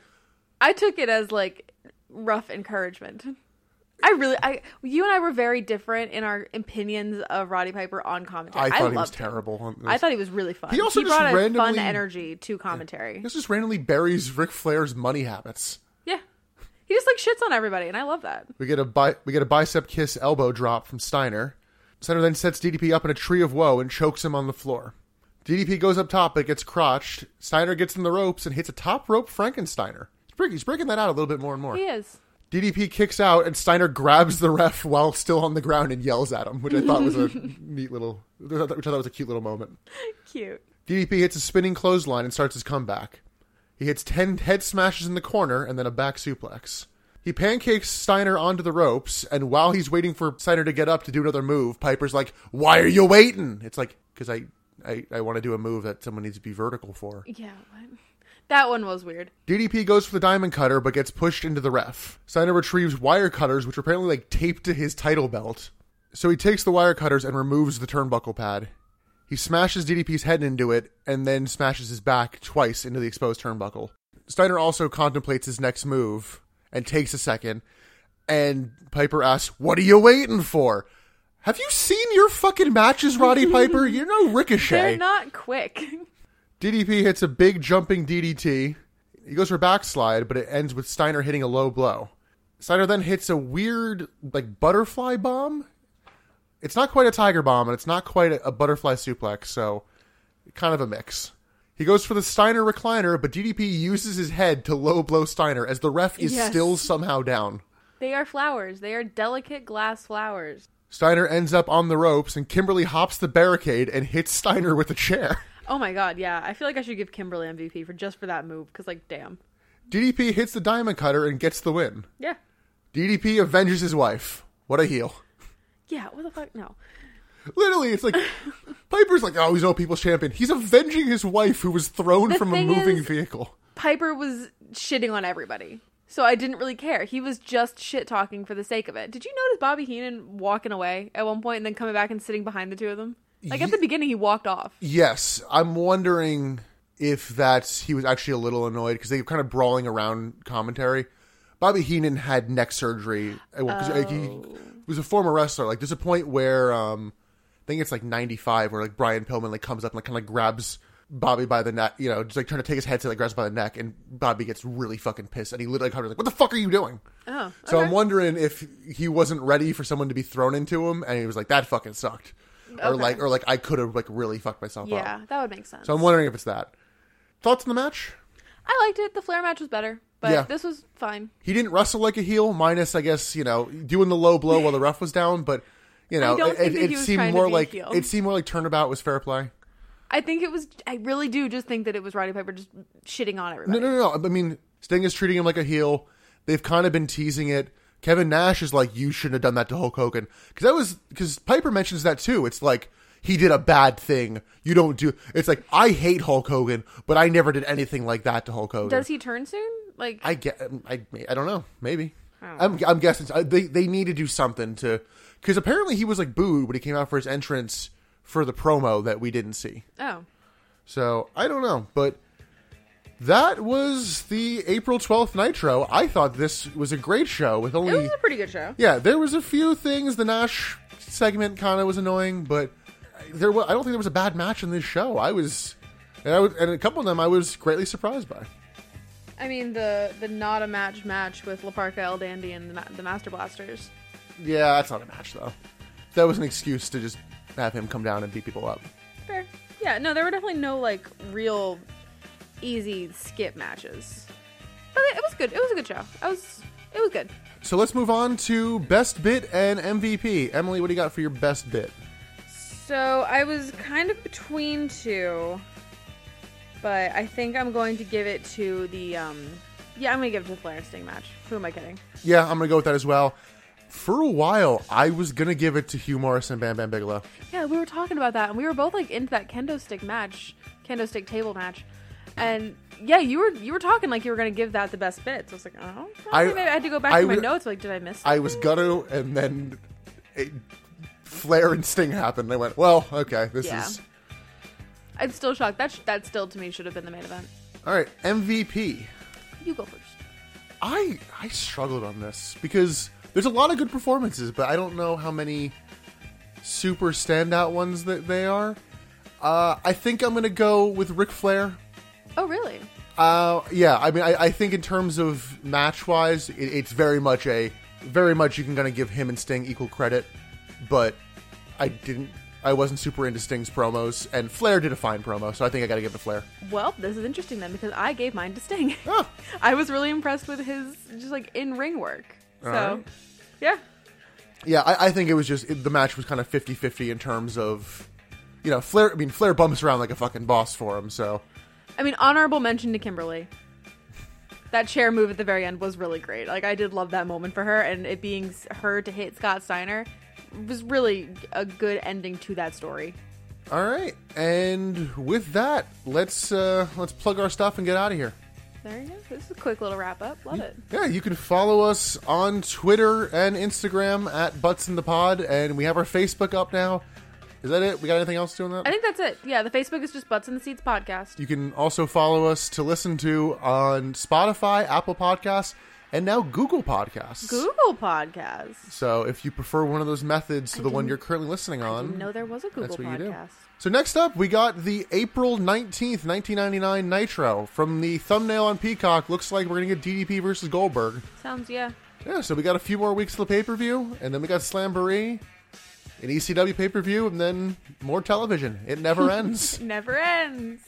I took it as like rough encouragement. I really, I you and I were very different in our opinions of Roddy Piper on commentary. I thought he was loved him. terrible. on I thought he was really fun. He also just brought a fun randomly- energy to commentary. this just randomly buries Ric Flair's money habits. Yeah. He just like shits on everybody, and I love that. We get a bi- we get a bicep kiss elbow drop from Steiner. Steiner then sets DDP up in a tree of woe and chokes him on the floor. DDP goes up top but gets crotched. Steiner gets in the ropes and hits a top rope Frankensteiner. He's breaking, he's breaking that out a little bit more and more. He is. DDP kicks out and Steiner grabs the ref while still on the ground and yells at him, which I thought was a neat little, which I thought was a cute little moment. Cute. DDP hits a spinning clothesline and starts his comeback. He hits 10 head smashes in the corner and then a back suplex. He pancakes Steiner onto the ropes, and while he's waiting for Steiner to get up to do another move, Piper's like, Why are you waiting? It's like, because I, I, I want to do a move that someone needs to be vertical for. Yeah. What? That one was weird. DDP goes for the diamond cutter, but gets pushed into the ref. Steiner retrieves wire cutters, which are apparently like taped to his title belt. So he takes the wire cutters and removes the turnbuckle pad. He smashes DDP's head into it and then smashes his back twice into the exposed turnbuckle. Steiner also contemplates his next move and takes a second. And Piper asks, What are you waiting for? Have you seen your fucking matches, Roddy Piper? You're no ricochet. They're not quick. <laughs> DDP hits a big jumping DDT. He goes for a backslide, but it ends with Steiner hitting a low blow. Steiner then hits a weird, like, butterfly bomb. It's not quite a tiger bomb, and it's not quite a, a butterfly suplex, so kind of a mix. He goes for the Steiner recliner, but DDP uses his head to low blow Steiner as the ref is Yes. still somehow down. they are flowers. They are delicate glass flowers. Steiner ends up on the ropes, and Kimberly hops the barricade and hits Steiner with a chair. <laughs> Oh my god, yeah. I feel like I should give Kimberly MVP for just for that move because like damn. DDP hits the diamond cutter and gets the win. Yeah. DDP avenges his wife. What a heel. Yeah, what the fuck? No. Literally, it's <laughs> like Piper's like, oh, he's no people's champion. He's avenging his wife who was thrown The from a thing moving is- vehicle. Piper was shitting on everybody. So I didn't really care. He was just shit talking for the sake of it. Did you notice Bobby Heenan walking away at one point and then coming back and sitting behind the two of them? Like at Ye- the beginning he walked off. Yes, I'm wondering if that's he was actually a little annoyed because they were kind of brawling around commentary. Bobby Heenan had neck surgery. uh, well, 'cause, like, he was a former wrestler. Like there's a point where um, I think it's like 95 where like Brian Pillman like comes up and like kind of like grabs Bobby by the neck. You know, just like trying to take his head to like grabs him by the neck, and Bobby gets really fucking pissed, and he literally comes like, "What the fuck are you doing?" Oh. So okay. I'm wondering if he wasn't ready for someone to be thrown into him, and he was like, "That fucking sucked," or Okay. like, or like, I could have like really fucked myself up. Yeah, that would make sense. So I'm wondering if it's that. Thoughts on the match? I liked it. The Flair match was better, but Yeah. this was fine. He didn't wrestle like a heel, minus I guess you know doing the low blow while the ref was down, but you know don't it, think it- that it he was seemed trying to more be a like heel. it seemed more like turnabout was fair play. I think it was. I really do just think that it was Roddy Piper just shitting on everybody. No, no, no, no. I mean, Sting is treating him like a heel. They've kind of been teasing it. Kevin Nash is like, you shouldn't have done that to Hulk Hogan because that was because Piper mentions that too. It's like he did a bad thing. You don't do. It's like I hate Hulk Hogan, but I never did anything like that to Hulk Hogan. Does he turn soon? Like, I get. um, I I don't know. Maybe. don't I'm I'm guessing I- they they need to do something to because apparently he was like booed when he came out for his entrance for the promo that we didn't see. oh, So I don't know, but that was the April twelfth Nitro. I thought this was a great show with it only was a pretty good show. yeah. There was a few things the Nash segment kind of was annoying, but there was, I don't think there was a bad match in this show. I was and I was, and a couple of them I was greatly surprised by. I mean, the the not a match match with Laparca El Dandy and the, Ma- the Master Blasters. Yeah, that's not a match though. That was an excuse to just have him come down and beat people up. Fair. Yeah, no, there were definitely no like real easy skip matches. But it it was good. It was a good show. I was it was good. So let's move on to best bit and MVP. Emily, what do you got for your best bit? So I was kind of between two, but I think I'm going to give it to the um yeah, I'm gonna give it to the Flair and Sting match. Who am I kidding? Yeah, I'm gonna go with that as well. For a while, I was gonna give it to Hugh Morris and Bam Bam Bigelow. Yeah, we were talking about that and we were both like into that kendo stick match, kendo stick table match. And yeah, you were you were talking like you were gonna give that the best bit. So I was like, oh, I- I, maybe I had to go back I to my would- notes. Like, did I miss? I was gonna, and then it, Flair and Sting happened. and I went, well, okay, this Yeah. is I'm still shocked. That sh- that still to me should have been the main event. all right. MVP. You go first. I I struggled on this because there's a lot of good performances, but I don't know how many super standout ones that they are. Uh, I think I'm gonna go with Ric Flair. Oh, really? Uh, yeah, I mean, I, I think in terms of match wise, it, it's very much a very much you can kind of give him and Sting equal credit, but I didn't. I wasn't super into Sting's promos, and Flair did a fine promo, so I think I got to give it to Flair. Well, this is interesting then because I gave mine to Sting. Oh. I was really impressed with his just like in ring work. So, Alright. yeah, Yeah, I, I think it was just it, the match was kind of 50-50 in terms of, you know, Flair. I mean, Flair bumps around like a fucking boss for him. So I mean, honorable mention to Kimberly. That chair move at the very end was really great. Like I did love that moment for her, and it being s- her to hit Scott Steiner was really a good ending to that story. all right, and with that, let's uh, let's plug our stuff and get out of here. There you go. This is a quick little wrap up. Love it. Yeah, you can follow us on Twitter and Instagram at Butts in the Pod, and we have our Facebook up now. Is that it? We got anything else doing that? I think that's it. Yeah, the Facebook is just Butts in the Seats podcast. You can also follow us to listen to on Spotify, Apple Podcasts, and now Google Podcasts. Google Podcast. So if you prefer one of those methods to the one didn't- you're currently listening on, No, there was a Google that's what Podcast. you do. So next up, we got the April 19th, 1999 Nitro. From the thumbnail on Peacock, looks like we're going to get DDP versus Goldberg. Sounds yeah. Yeah, so we got a few more weeks till the pay per view, and then we got Slamboree, an E ECW pay per view, and then more television. It <laughs> never ends. Never ends.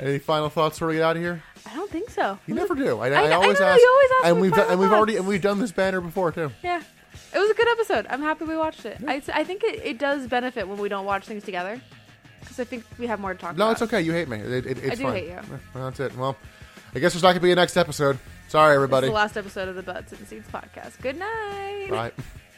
Any final thoughts before we get out of here? I don't think so. You never do. I, I I, know- always I know, ask. you always ask and me we've final and we've already thoughts. and we've done this banner before too. Yeah. It was a good episode. I'm happy we watched it. I, I think it, it does benefit when we don't watch things together because I think we have more to talk about. No, it's okay. You hate me. It, it, it's do fine. hate you. Yeah, well, that's it. Well, I guess there's not going to be a next episode. Sorry, This is everybody. the last episode of the Butts and Seeds podcast. Good night. Bye.